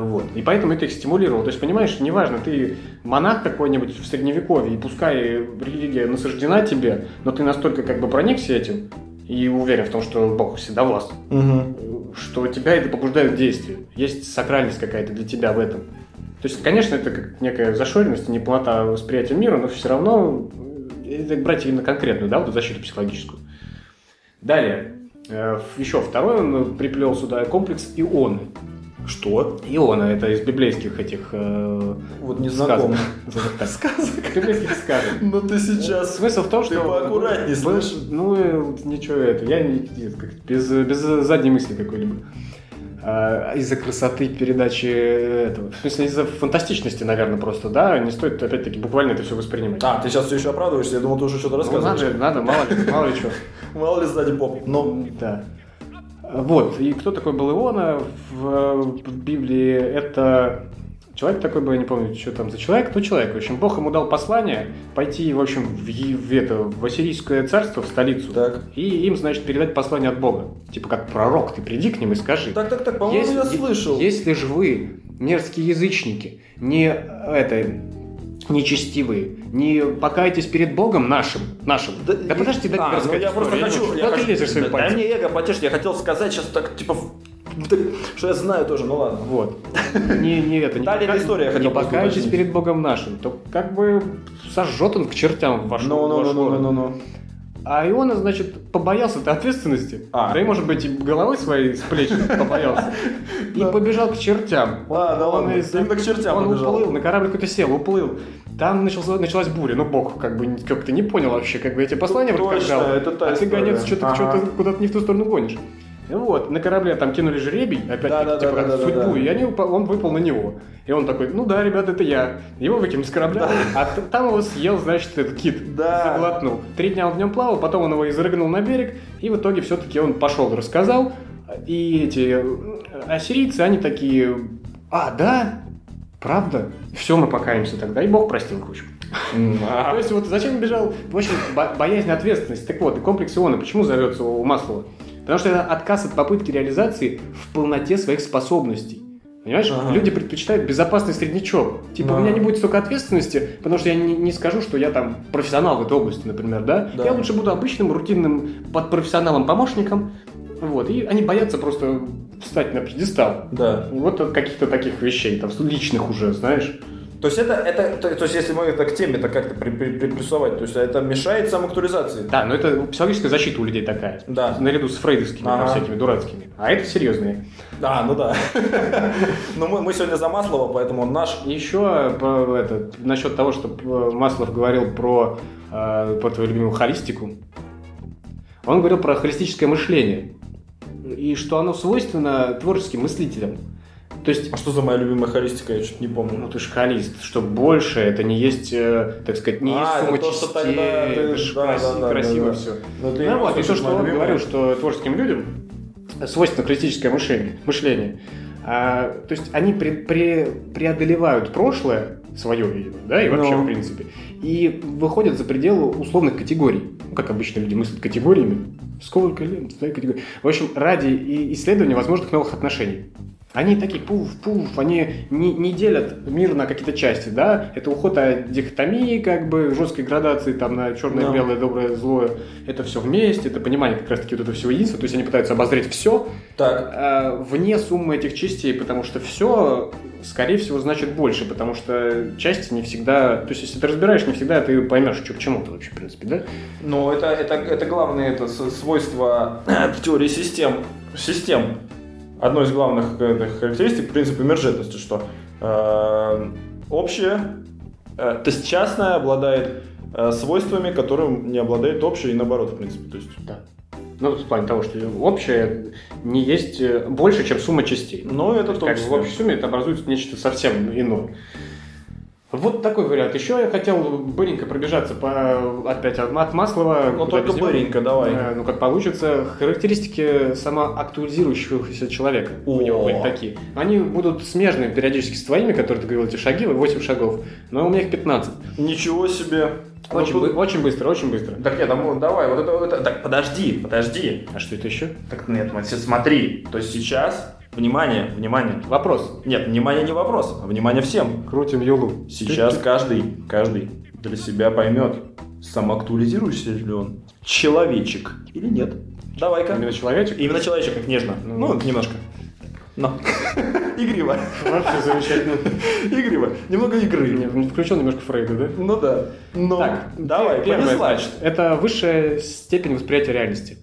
Speaker 2: Вот. И поэтому это их стимулировало. То есть, понимаешь, неважно, ты монах какой-нибудь в средневековье, и пускай религия насаждена тебе, но ты настолько как бы проникся этим и уверен в том, что Бог всегда власт,
Speaker 1: Мгм.
Speaker 2: что тебя это побуждает к действию. Есть сакральность какая-то для тебя в этом. То есть, конечно, это как некая зашоренность, неполнота восприятия мира, но все равно э, это брать именно конкретную, да, вот защиту психологическую. Далее. Э, ф- Еще второй он приплел сюда комплекс ионы.
Speaker 1: Что?
Speaker 2: Иона это из библейских этих э,
Speaker 1: Вот незнакомый.
Speaker 2: сказок.
Speaker 1: Сказок.
Speaker 2: Библейских сказок.
Speaker 1: Ну ты сейчас...
Speaker 2: Смысл в том,
Speaker 1: Ты
Speaker 2: что...
Speaker 1: поаккуратней,
Speaker 2: Был-
Speaker 1: слышь.
Speaker 2: Ну, э, вот ничего, это, я не- как- без, без задней мысли какой-либо. А, из-за красоты передачи этого. В смысле, из-за фантастичности, наверное, просто, да? Не стоит, опять-таки, буквально это все воспринимать.
Speaker 1: А, ты сейчас все еще оправдываешься, я думал, ты уже что-то
Speaker 2: Ну,
Speaker 1: рассказываешь.
Speaker 2: надо, надо, мало ли, мало ли чего.
Speaker 1: Мало ли сзади поп. Ну,
Speaker 2: Да. Вот, и кто такой был Иона в, в Библии? Это человек такой был, я не помню, что там за человек, но человек. В общем, Бог ему дал послание пойти, в общем, в, Е- в это, в Ассирийское царство, в столицу.
Speaker 1: так.
Speaker 2: И им, значит, передать послание от Бога. Типа как пророк, ты приди к ним и скажи.
Speaker 1: Так, так, так, по-моему, я
Speaker 2: Если-
Speaker 1: слышал.
Speaker 2: Если же вы, мерзкие язычники, не э, это нечестивые, не покайтесь перед Богом нашим, нашим. Да,
Speaker 1: и-
Speaker 2: подожди, дай
Speaker 1: А,
Speaker 2: мне
Speaker 1: ну
Speaker 2: рассказать
Speaker 1: Я
Speaker 2: историю.
Speaker 1: просто
Speaker 2: Я
Speaker 1: хочу...
Speaker 2: думаю,
Speaker 1: я
Speaker 2: куда ты
Speaker 1: хочу-
Speaker 2: лезешь своим
Speaker 1: да,
Speaker 2: пальцем?
Speaker 1: Да мне эго потешь, я хотел сказать сейчас так, типа... в- так, Что я знаю тоже, ну ладно.
Speaker 2: Вот. Не, не это. Не
Speaker 1: Далее
Speaker 2: пока-
Speaker 1: история, я
Speaker 2: Не
Speaker 1: хотел просто
Speaker 2: покаетесь
Speaker 1: уточнить.
Speaker 2: перед Богом нашим, то как бы сожжет он к чертям ваш
Speaker 1: Ну, ну,
Speaker 2: ваш
Speaker 1: ну, ну,
Speaker 2: город.
Speaker 1: ну, ну.
Speaker 2: А Иона, значит, побоялся-то ответственности.
Speaker 1: А.
Speaker 2: Да и, может быть, и головой своей с плеч побоялся. И
Speaker 1: Да.
Speaker 2: побежал к чертям.
Speaker 1: А, да
Speaker 2: Он
Speaker 1: ладно,
Speaker 2: из-
Speaker 1: именно к чертям
Speaker 2: Он
Speaker 1: побежал.
Speaker 2: уплыл, на корабль какой-то сел, уплыл. Там начался- началась буря. Ну, бог как бы как ты не понял вообще, как бы я тебе послание вроде как
Speaker 1: Точно,
Speaker 2: дал,
Speaker 1: это та
Speaker 2: а ты
Speaker 1: история.
Speaker 2: гонец, что-то
Speaker 1: Ага.
Speaker 2: куда-то не в ту сторону гонишь. И Вот, на корабле там кинули жребий, опять
Speaker 1: Да-да-да,
Speaker 2: типа как
Speaker 1: да-да-да.
Speaker 2: судьбу, и они, упа- он выпал на него. И он такой, ну да, ребята, это я. Его выкинули с корабля, а т- там его съел, значит, этот кит.
Speaker 1: Да.
Speaker 2: Заглотнул. Три дня он в нем плавал, потом он его изрыгнул на берег, и в итоге все-таки он пошел, рассказал. И эти э, ассирийцы, они такие, а, да, правда? Все, мы покаемся тогда, и Бог простил, кучу. То есть вот зачем бежал? В общем, бо- боязнь ответственности. Так вот, и комплекс Иона почему зовется у Маслова? Потому что это отказ от попытки реализации в полноте своих способностей. Понимаешь,
Speaker 1: Ага.
Speaker 2: люди предпочитают безопасный среднячок. Типа, у меня
Speaker 1: Да.
Speaker 2: не будет столько ответственности, потому что я не, не скажу, что я там профессионал в этой области, например, да?
Speaker 1: Да.
Speaker 2: Я лучше буду обычным, рутинным подпрофессионалом помощником. Вот, и они боятся просто встать на пьедестал.
Speaker 1: Да.
Speaker 2: Вот от каких-то таких вещей, там, личных уже, знаешь.
Speaker 1: То есть это, это то, то есть если мы это к теме то как-то при- при- приплюсовать, то есть это мешает самоактуализации.
Speaker 2: Да, но это психологическая защита у людей такая.
Speaker 1: Да.
Speaker 2: А, Наряду с фрейдовскими там
Speaker 1: Ага.
Speaker 2: всякими дурацкими. А это серьезные.
Speaker 1: А, ну да. Но мы, мы сегодня за Маслова, поэтому он наш.
Speaker 2: Еще по- э, это, насчет того, что э, Маслов говорил про, э, про твою любимую холистику. Он говорил про холистическое мышление. И что оно свойственно творческим мыслителям. То есть
Speaker 1: А что за моя любимая хористика, я что-то не
Speaker 2: Ну
Speaker 1: помню.
Speaker 2: ты ж холист, что больше, это не есть, э, так сказать, не
Speaker 1: А,
Speaker 2: есть
Speaker 1: это
Speaker 2: сумма
Speaker 1: то, что
Speaker 2: частей,
Speaker 1: тогда ты-
Speaker 2: это ж
Speaker 1: да,
Speaker 2: краси-
Speaker 1: да, да,
Speaker 2: красиво
Speaker 1: да, да.
Speaker 2: все.
Speaker 1: Ну, ты
Speaker 2: Ну вот, и то,
Speaker 1: слушаешь
Speaker 2: что
Speaker 1: мою
Speaker 2: он
Speaker 1: любимую.
Speaker 2: говорил, что творческим людям свойственно критическое мышление. мышление. А, то есть они пре- пре- преодолевают прошлое свое, видимо, да, и вообще,
Speaker 1: Ну.
Speaker 2: в принципе, и выходят за пределы условных категорий. Ну, как обычно люди мыслят категориями. Сколько лет? Да, категории. В общем, ради и- исследования возможных новых отношений. Они такие пуф-пуф, они не, не делят мир на какие-то части, да? Это уход от дихотомии, как бы, жесткой градации, там, на черное,
Speaker 1: Да.
Speaker 2: белое, доброе, злое. Это все вместе, это понимание как раз-таки вот этого всего единства. То есть они пытаются обозреть все
Speaker 1: Так,
Speaker 2: вне суммы этих частей, потому что все, скорее всего, значит больше, потому что части не всегда... То есть если ты разбираешь, не всегда ты поймешь, что к чему-то вообще, в принципе, да?
Speaker 1: ну это, это, это главное это с- свойство теории систем. Систем. Одно из главных э, характеристик, принцип эмержентности, что э, общее, э, то есть частное обладает э, свойствами, которым не обладает общее и наоборот, в принципе. То есть
Speaker 2: Ну, в плане того, что общее не есть э, больше, чем сумма частей.
Speaker 1: Ну, это
Speaker 2: Как бы в
Speaker 1: точно.
Speaker 2: общей сумме это образуется нечто совсем иное. Вот такой вариант. Еще я хотел быренько пробежаться по, опять от, от Маслова.
Speaker 1: Ну,
Speaker 2: куда
Speaker 1: только
Speaker 2: без него.
Speaker 1: быренько, давай.
Speaker 2: Э, Ну, как получится. Характеристики самоактуализирующегося человека у
Speaker 1: О.
Speaker 2: него были такие. Они будут смежны периодически с твоими, которые ты говорил, эти шаги, 8 шагов. Но у меня их 15.
Speaker 1: Ничего себе.
Speaker 2: Очень,
Speaker 1: Ну, тут-
Speaker 2: бы- очень быстро, очень быстро.
Speaker 1: Так нет, а ну, давай, вот это, вот это- Так, подожди, подожди.
Speaker 2: А что это еще?
Speaker 1: Так нет, Максим, смотри. То есть сейчас... Внимание, внимание.
Speaker 2: Вопрос.
Speaker 1: Нет, внимание не вопрос, а внимание всем.
Speaker 2: Крутим елу.
Speaker 1: Сейчас каждый, каждый для себя поймет, самоактуализируешься ли он, человечек или нет. Давай-ка.
Speaker 2: Именно человечек.
Speaker 1: Именно человечек, как нежно.
Speaker 2: Ну.
Speaker 1: Ну, немножко. Но. Игриво.
Speaker 2: Вообще замечательно.
Speaker 1: Игриво. Немного игры.
Speaker 2: Не- не Включил немножко Фрейда, да?
Speaker 1: Ну да. Ну,
Speaker 2: Так,
Speaker 1: давай,
Speaker 2: первое,
Speaker 1: понесла.
Speaker 2: значит, это высшая степень восприятия реальности.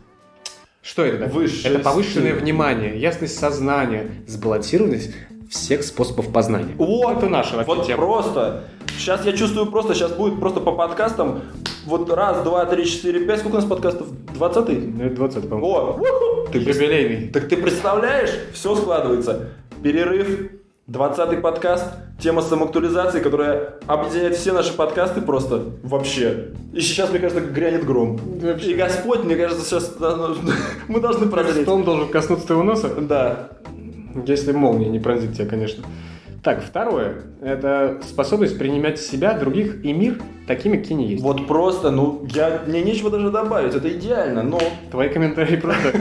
Speaker 2: Что это? такое?
Speaker 1: Высшая
Speaker 2: это повышенное
Speaker 1: степень.
Speaker 2: внимание, ясность сознания, сбалансированность всех способов познания.
Speaker 1: Вот,
Speaker 2: это наша вообще
Speaker 1: вот
Speaker 2: тема.
Speaker 1: просто. Сейчас я чувствую просто, сейчас будет просто по подкастам. Вот раз, два, три, четыре, пять. Сколько у нас подкастов? Двадцатый?
Speaker 2: Ну, это 20, по-моему.
Speaker 1: О, уху!
Speaker 2: Ты юбилейный.
Speaker 1: Так ты представляешь, все складывается. Перерыв, 20-й подкаст, тема самоактуализации, которая объединяет все наши подкасты просто вообще. И сейчас, мне кажется, грянет гром.
Speaker 2: Вообще.
Speaker 1: И Господь, мне кажется, сейчас мы должны прозреть.
Speaker 2: Стол должен коснуться твоего носа.
Speaker 1: Да.
Speaker 2: Если молния не пронзит тебя, конечно. Так, второе. Это способность принимать себя, других и мир такими, какие они есть.
Speaker 1: Вот просто, ну, я, мне нечего даже добавить, это идеально, но...
Speaker 2: Твои комментарии просто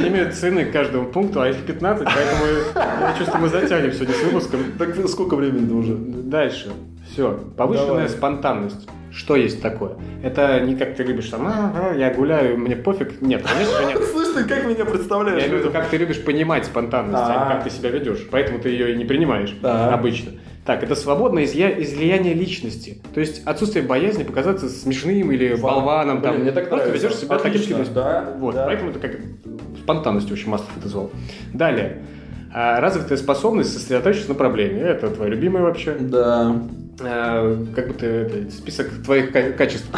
Speaker 2: не имеют цены к каждому пункту, а их 15, поэтому я чувствую, мы затянем сегодня с выпуском.
Speaker 1: Так сколько времени-то уже?
Speaker 2: Дальше. Все. Повышенная
Speaker 1: Давай.
Speaker 2: спонтанность. Что есть такое? Это не как ты любишь там, «А, а, я гуляю, мне пофиг. Нет, конечно же нет.
Speaker 1: Слышь, ты как меня представляешь?
Speaker 2: Я имею в виду, как ты любишь понимать спонтанность, а не
Speaker 1: А.
Speaker 2: как ты себя ведешь. Поэтому ты ее и не принимаешь
Speaker 1: Да.
Speaker 2: обычно. Так, это свободное изля- излияние личности. То есть отсутствие боязни показаться смешным или болваном.
Speaker 1: Блин,
Speaker 2: там.
Speaker 1: мне так
Speaker 2: Просто
Speaker 1: нравится.
Speaker 2: ведешь себя так,
Speaker 1: Отлично, да,
Speaker 2: Вот,
Speaker 1: да.
Speaker 2: поэтому это как спонтанность очень Маслов это звал. Далее. А, Развитая способность сосредоточиться на проблеме. Это твоя любимая вообще.
Speaker 1: Да.
Speaker 2: Э, как будто это, список твоих ка- качеств.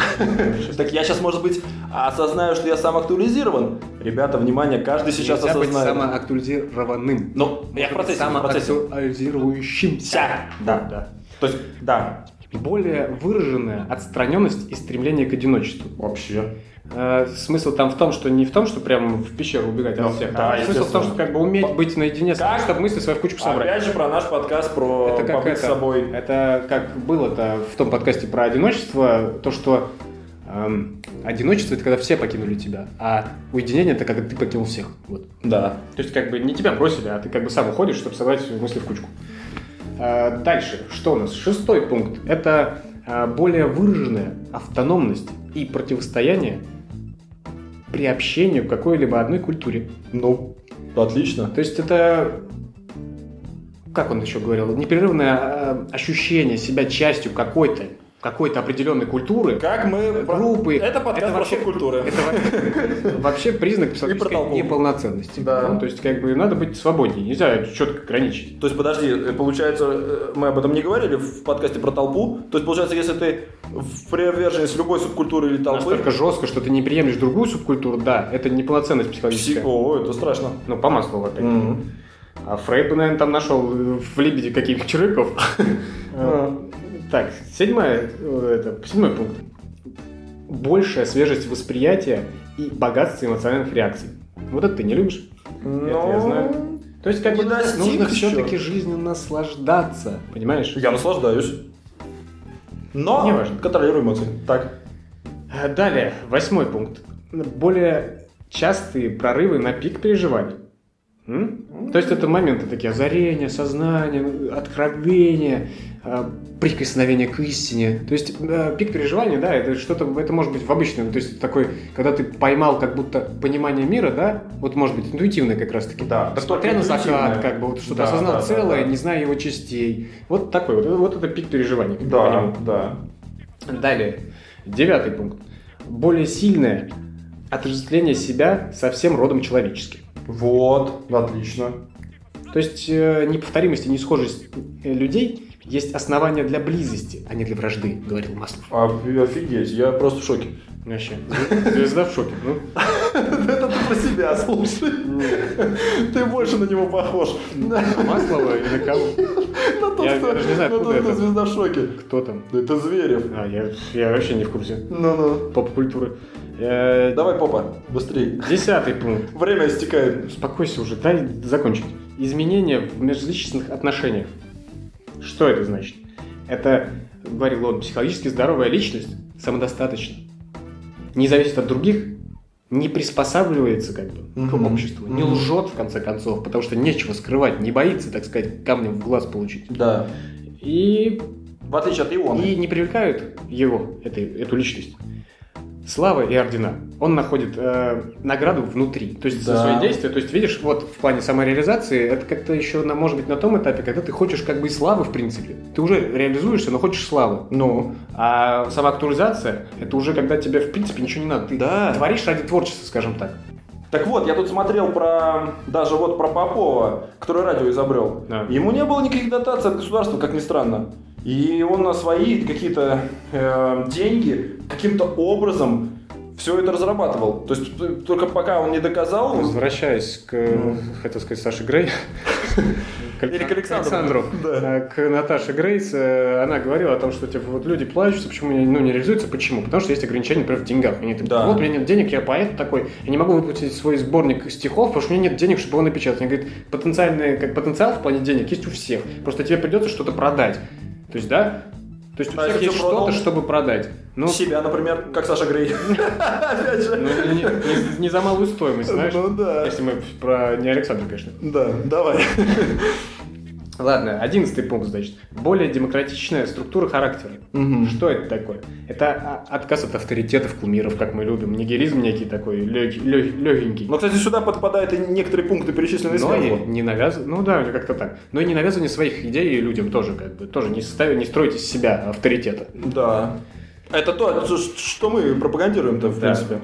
Speaker 1: Так я сейчас, может быть, осознаю, что я сам актуализирован. Ребята, внимание, каждый сейчас
Speaker 2: Нельзя быть
Speaker 1: осознает.
Speaker 2: самоактуализированным.
Speaker 1: Ну, я в
Speaker 2: Быть
Speaker 1: процессе, в процессе.
Speaker 2: Самоактуализирующимся.
Speaker 1: Да. То есть, да.
Speaker 2: Более выраженная отстраненность и стремление к одиночеству.
Speaker 1: Вообще.
Speaker 2: Э, смысл там в том, что не в том, что прям в пещеру убегать
Speaker 1: Ну,
Speaker 2: от всех,
Speaker 1: да,
Speaker 2: а смысл в том,
Speaker 1: естественно.
Speaker 2: что как бы уметь быть наедине с
Speaker 1: Как? А
Speaker 2: собой, чтобы мысли свои в кучку собрать.
Speaker 1: Опять же про наш подкаст про
Speaker 2: Это как
Speaker 1: побыть
Speaker 2: это,
Speaker 1: с собой.
Speaker 2: это как было-то в том подкасте про одиночество, то, что эм, одиночество это когда все покинули тебя, а уединение это когда ты покинул всех. Вот.
Speaker 1: Да.
Speaker 2: То есть, как бы не тебя бросили, а ты как бы сам уходишь, чтобы собрать свои мысли в кучку. А, Дальше, что у нас? Шестой пункт. Это а, более выраженная автономность и противостояние при общении в какой-либо одной культуре.
Speaker 1: Ну, отлично.
Speaker 2: То есть это, как он еще говорил, непрерывное а, ощущение себя частью какой-то какой-то определенной культуры.
Speaker 1: Как мы... про-
Speaker 2: Группы.
Speaker 1: Это подкаст
Speaker 2: Это
Speaker 1: про
Speaker 2: вообще-
Speaker 1: субкультуры.
Speaker 2: Это вообще- вообще признак
Speaker 1: про толпу.
Speaker 2: психологической неполноценности.
Speaker 1: Да.
Speaker 2: Ну, то есть, как бы, надо быть свободнее, нельзя это четко ограничить.
Speaker 1: То есть, подожди, э, получается, э, мы об этом не говорили в подкасте про толпу. То есть, получается, если ты в приверженность любой субкультуры или толпы...
Speaker 2: Настолько жестко, что ты не приемлешь другую субкультуру, да, это неполноценность
Speaker 1: пси-
Speaker 2: психологическая.
Speaker 1: О, это страшно.
Speaker 2: Ну, по маслу опять.
Speaker 1: Мгм.
Speaker 2: А Фрейд бы, наверное, там нашел э, в Либеде каких-то чурыков.
Speaker 1: А.
Speaker 2: Так, седьмая, э, это, седьмой пункт. Большая свежесть восприятия и богатство эмоциональных реакций. Вот это ты не любишь.
Speaker 1: Ну,
Speaker 2: Это я знаю. То есть, как
Speaker 1: Не
Speaker 2: бы, нужно-
Speaker 1: достиг
Speaker 2: нужно
Speaker 1: еще.
Speaker 2: все-таки жизнью наслаждаться, понимаешь?
Speaker 1: Я наслаждаюсь. Но
Speaker 2: Неважно.
Speaker 1: контролирую эмоции. Так.
Speaker 2: А Далее, восьмой пункт. Более частые прорывы на пик переживаний. М? То есть это моменты такие озарения, сознания, откровения, э, прикосновения к истине. То есть э, пик переживания, да, это что-то, это может быть в обычном, то есть такой, когда ты поймал как будто понимание мира, да, вот может быть интуитивное как раз-таки.
Speaker 1: Да, да,
Speaker 2: Смотря
Speaker 1: только
Speaker 2: на закат,
Speaker 1: интуитивное.
Speaker 2: как бы вот что-то
Speaker 1: Да,
Speaker 2: осознал
Speaker 1: да, да,
Speaker 2: целое,
Speaker 1: да.
Speaker 2: не зная его частей. Вот такой вот, вот это пик переживаний. как я понимаю.
Speaker 1: Да, да.
Speaker 2: Далее, девятый пункт. Более сильное отождествление себя со всем родом человеческим.
Speaker 1: Вот, отлично.
Speaker 2: То есть э, неповторимость и несхожесть э, людей есть основания для близости, а не для вражды, говорил Маслов.
Speaker 1: А, Офигеть, я просто в шоке.
Speaker 2: Вообще, звезда в шоке. Ну, а
Speaker 1: Это ты про себя, слушай. Ты больше на него похож.
Speaker 2: Маслова и на кого?
Speaker 1: На тот,
Speaker 2: Я- я
Speaker 1: кто,
Speaker 2: даже не знаю,
Speaker 1: ну,
Speaker 2: откуда
Speaker 1: тот, кто
Speaker 2: это.
Speaker 1: звезда в шоке.
Speaker 2: Кто там?
Speaker 1: Это Зверев.
Speaker 2: А, я, я вообще не в курсе
Speaker 1: Ну-ну.
Speaker 2: поп-культуры. Э,
Speaker 1: Давай, попа, быстрее.
Speaker 2: Десятый пункт.
Speaker 1: Время истекает.
Speaker 2: Успокойся уже, дай закончить. Изменения в межличностных отношениях. Что это значит? Это, говорил он, психологически здоровая личность самодостаточна. Не зависит от других, не приспосабливается как бы к
Speaker 1: Мгм.
Speaker 2: обществу, не
Speaker 1: Мгм.
Speaker 2: лжет в конце концов, потому что нечего скрывать, не боится, так сказать, камнем в глаз получить.
Speaker 1: Да.
Speaker 2: И,
Speaker 1: В отличие от Ионы.
Speaker 2: и не привлекают его, этой, эту личность, слава и ордена. Он находит э, награду внутри, то есть за
Speaker 1: Да.
Speaker 2: свои действия. То есть, видишь, вот в плане самореализации, это как-то еще, на, может быть, на том этапе, когда ты хочешь как бы и славы, в принципе. Ты уже реализуешься, но хочешь славы.
Speaker 1: Ну.
Speaker 2: А самоактуализация, это уже когда тебе, в принципе, ничего не надо. Ты
Speaker 1: Да.
Speaker 2: творишь ради творчества, скажем так.
Speaker 1: Так вот, я тут смотрел про даже вот про Попова, который радио изобрел.
Speaker 2: Да.
Speaker 1: Ему не было никаких дотаций от государства, как ни странно. И он на свои какие-то э, деньги каким-то образом все это разрабатывал. То есть т- только пока он не доказал, он-
Speaker 2: Возвращаясь к,
Speaker 1: Ну.
Speaker 2: хотел сказать, Саше Грей.
Speaker 1: Или к Александру. Да.
Speaker 2: Э, К Наташе Грейс, э, она говорила о том, что типа, вот люди плачутся, почему не- ну, не реализуются, почему? Потому что есть ограничения, например, в деньгах. Они такие,
Speaker 1: Да.
Speaker 2: вот у меня нет денег, я поэт такой, я не могу выпустить свой сборник стихов, потому что у меня нет денег, чтобы он напечатать. Они говорят, потенциальный, как потенциал в плане денег есть у всех, просто тебе придется что-то продать. То есть, да? То есть у
Speaker 1: А
Speaker 2: всех
Speaker 1: если
Speaker 2: есть
Speaker 1: ты продал?
Speaker 2: что-то, чтобы продать. Ну,
Speaker 1: себя, например, как Саша Грей. Опять
Speaker 2: ну,
Speaker 1: же.
Speaker 2: не, не- не за малую стоимость, знаешь?
Speaker 1: Ну да.
Speaker 2: Если мы про не Александра, конечно.
Speaker 1: Да, давай.
Speaker 2: Ладно, одиннадцатый пункт, значит. Более демократичная структура характера. Что это такое? Это а, отказ от авторитетов, кумиров, как мы любим. Нигилизм некий такой легенький.
Speaker 1: Ну, кстати, сюда подпадают и некоторые пункты, перечисленные
Speaker 2: Но и
Speaker 1: сверху.
Speaker 2: не навязывание, ну да, или как-то так. Но и не навязывание своих идей людям тоже, как бы, тоже не, ставя, не стройте из себя авторитета.
Speaker 1: Да. Это то, что- что мы пропагандируем-то, в
Speaker 2: Да.
Speaker 1: принципе.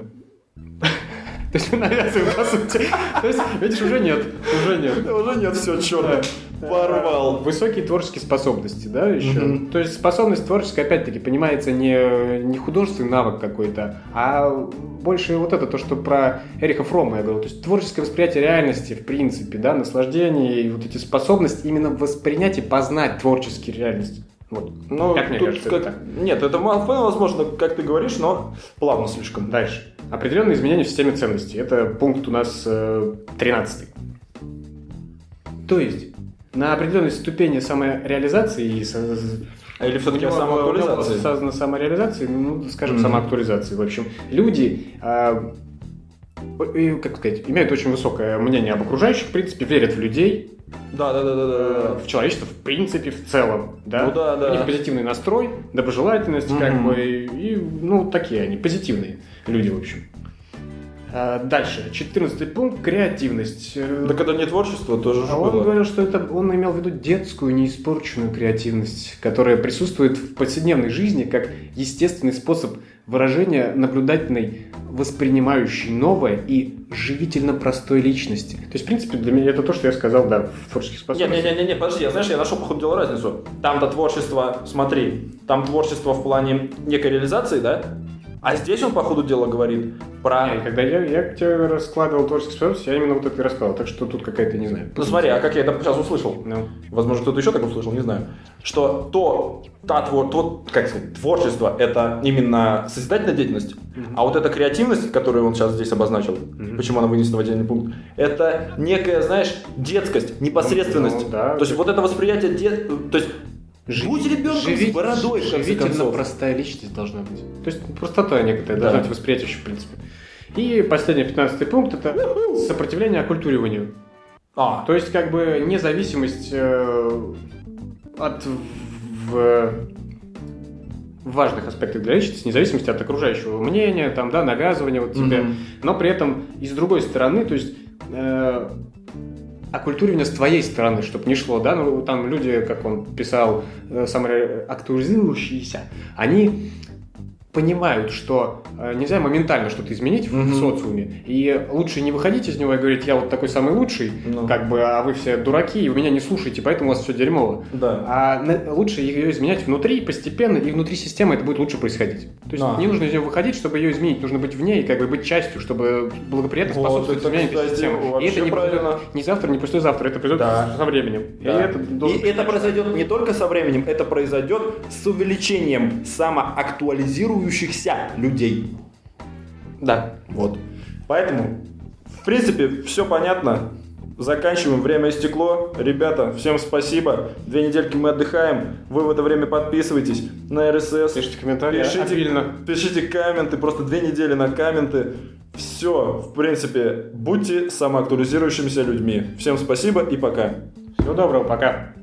Speaker 2: То есть мы навязываем, по сути. То есть, видишь, уже нет, уже нет.
Speaker 1: Да уже нет, все, черт. Порвал.
Speaker 2: Высокие творческие способности, да, еще.
Speaker 1: Мгм.
Speaker 2: То есть способность творческая, опять-таки, понимается не, не художественный навык какой-то, а больше вот это, то, что про Эриха Фрома я говорил. То есть творческое восприятие реальности, в принципе, да, наслаждение и вот эти способности именно воспринять и познать творческие реальности. Вот.
Speaker 1: Ну,
Speaker 2: Как мне
Speaker 1: тут
Speaker 2: кажется,
Speaker 1: как-
Speaker 2: это так.
Speaker 1: Нет, это ма- вполне возможно, как ты говоришь, но плавно слишком.
Speaker 2: Дальше. Определенные изменения в системе ценностей. Это пункт у нас э, 13. То есть, на определенной ступени самореализации и со-
Speaker 1: А Или все-таки
Speaker 2: Ну,
Speaker 1: самоактуализация?
Speaker 2: Создана самореализация, ну, скажем,
Speaker 1: Мгм.
Speaker 2: самоактуализация. В общем, люди, а, и, как сказать, имеют очень высокое мнение об окружающих, в принципе, верят в людей,
Speaker 1: Да, да, да, да, да.
Speaker 2: э, в человечество, в принципе, в целом. Да?
Speaker 1: Ну да, да.
Speaker 2: У них позитивный настрой, доброжелательность, как
Speaker 1: Мгм.
Speaker 2: бы, и, ну, такие они, позитивные люди, в общем. А, Дальше, 14 пункт, креативность. Э,
Speaker 1: Да когда не творчество, тоже же
Speaker 2: а он
Speaker 1: было.
Speaker 2: говорил, что это он имел в виду детскую, неиспорченную креативность, которая присутствует в повседневной жизни как естественный способ выражения наблюдательной, воспринимающей новое и живительно простой личности. То есть, в принципе, для меня это то, что я сказал, да, в творческих
Speaker 1: Нет,
Speaker 2: способностях.
Speaker 1: нет, нет, нет, подожди, я, знаешь, я нашел, походу, дела разницу. Там-то творчество, смотри, там творчество в плане некой реализации, да? А здесь он, по ходу дела, говорит
Speaker 2: Не,
Speaker 1: про...
Speaker 2: А, когда я, я тебе раскладывал творческие способности, я именно вот это и раскладывал, так что тут какая-то, не знаю.
Speaker 1: Ну смотри, а как я это сейчас услышал?
Speaker 2: Ну,
Speaker 1: Возможно, кто-то еще так услышал, не знаю. Что то, та твор, то, как сказать, творчество – это именно созидательная деятельность,
Speaker 2: Мгм.
Speaker 1: а вот эта креативность, которую он сейчас здесь обозначил,
Speaker 2: Мгм.
Speaker 1: почему она вынесена в отдельный пункт, это некая, знаешь, детскость, непосредственность.
Speaker 2: Ну, да.
Speaker 1: то есть вот это восприятие дет... То есть
Speaker 2: Жи-
Speaker 1: будь ребенком
Speaker 2: живи-
Speaker 1: с бородой, в конце
Speaker 2: живительно
Speaker 1: концов.
Speaker 2: простая личность должна быть. То есть простота некоторая
Speaker 1: Да.
Speaker 2: должна быть восприятие еще, в принципе. И последний, пятнадцатый пункт, это сопротивление оккультуриванию.
Speaker 1: А,
Speaker 2: То есть как бы независимость э, от в- в- важных аспектов для личности, независимость от окружающего мнения, там, да, навязывания вот тебе.
Speaker 1: мгм.
Speaker 2: Но при этом и с другой стороны, то есть э, оккультуривание с твоей стороны, чтобы не шло, да, ну там люди, как он писал, э, самореактуализирующиеся, они понимают, что э, нельзя моментально что-то изменить
Speaker 1: Мгм.
Speaker 2: в социуме, и лучше не выходить из него и говорить, я вот такой самый лучший,
Speaker 1: Ну,
Speaker 2: как бы, а вы все дураки, и вы меня не слушаете, поэтому у вас все дерьмово.
Speaker 1: Да.
Speaker 2: А на- лучше ее изменять внутри, постепенно, и внутри системы это будет лучше происходить. То есть
Speaker 1: Да.
Speaker 2: не нужно из нее выходить, чтобы ее изменить, нужно быть в ней, как бы быть частью, чтобы благоприятно
Speaker 1: Вот,
Speaker 2: способствовать
Speaker 1: это,
Speaker 2: изменению этой
Speaker 1: кстати,
Speaker 2: системы. И это
Speaker 1: вообще
Speaker 2: не,
Speaker 1: правильно.
Speaker 2: не завтра, не послезавтра, это произойдет
Speaker 1: Да.
Speaker 2: со временем.
Speaker 1: Да.
Speaker 2: И это должен
Speaker 1: И
Speaker 2: быть
Speaker 1: это
Speaker 2: наш-
Speaker 1: произойдет не только со временем, это произойдет с увеличением самоактуализирующихся людей.
Speaker 2: Да.
Speaker 1: Вот. Поэтому, в принципе, все понятно. Заканчиваем время и стекло. Ребята, всем спасибо. Две недельки мы отдыхаем. Вы в это время подписывайтесь на РСС.
Speaker 2: Пишите комментарии
Speaker 1: Пишите,
Speaker 2: обильно.
Speaker 1: пишите комменты, просто две недели на комменты. Все, в принципе, будьте самоактуализирующимися людьми. Всем спасибо и пока.
Speaker 2: Всего доброго, пока.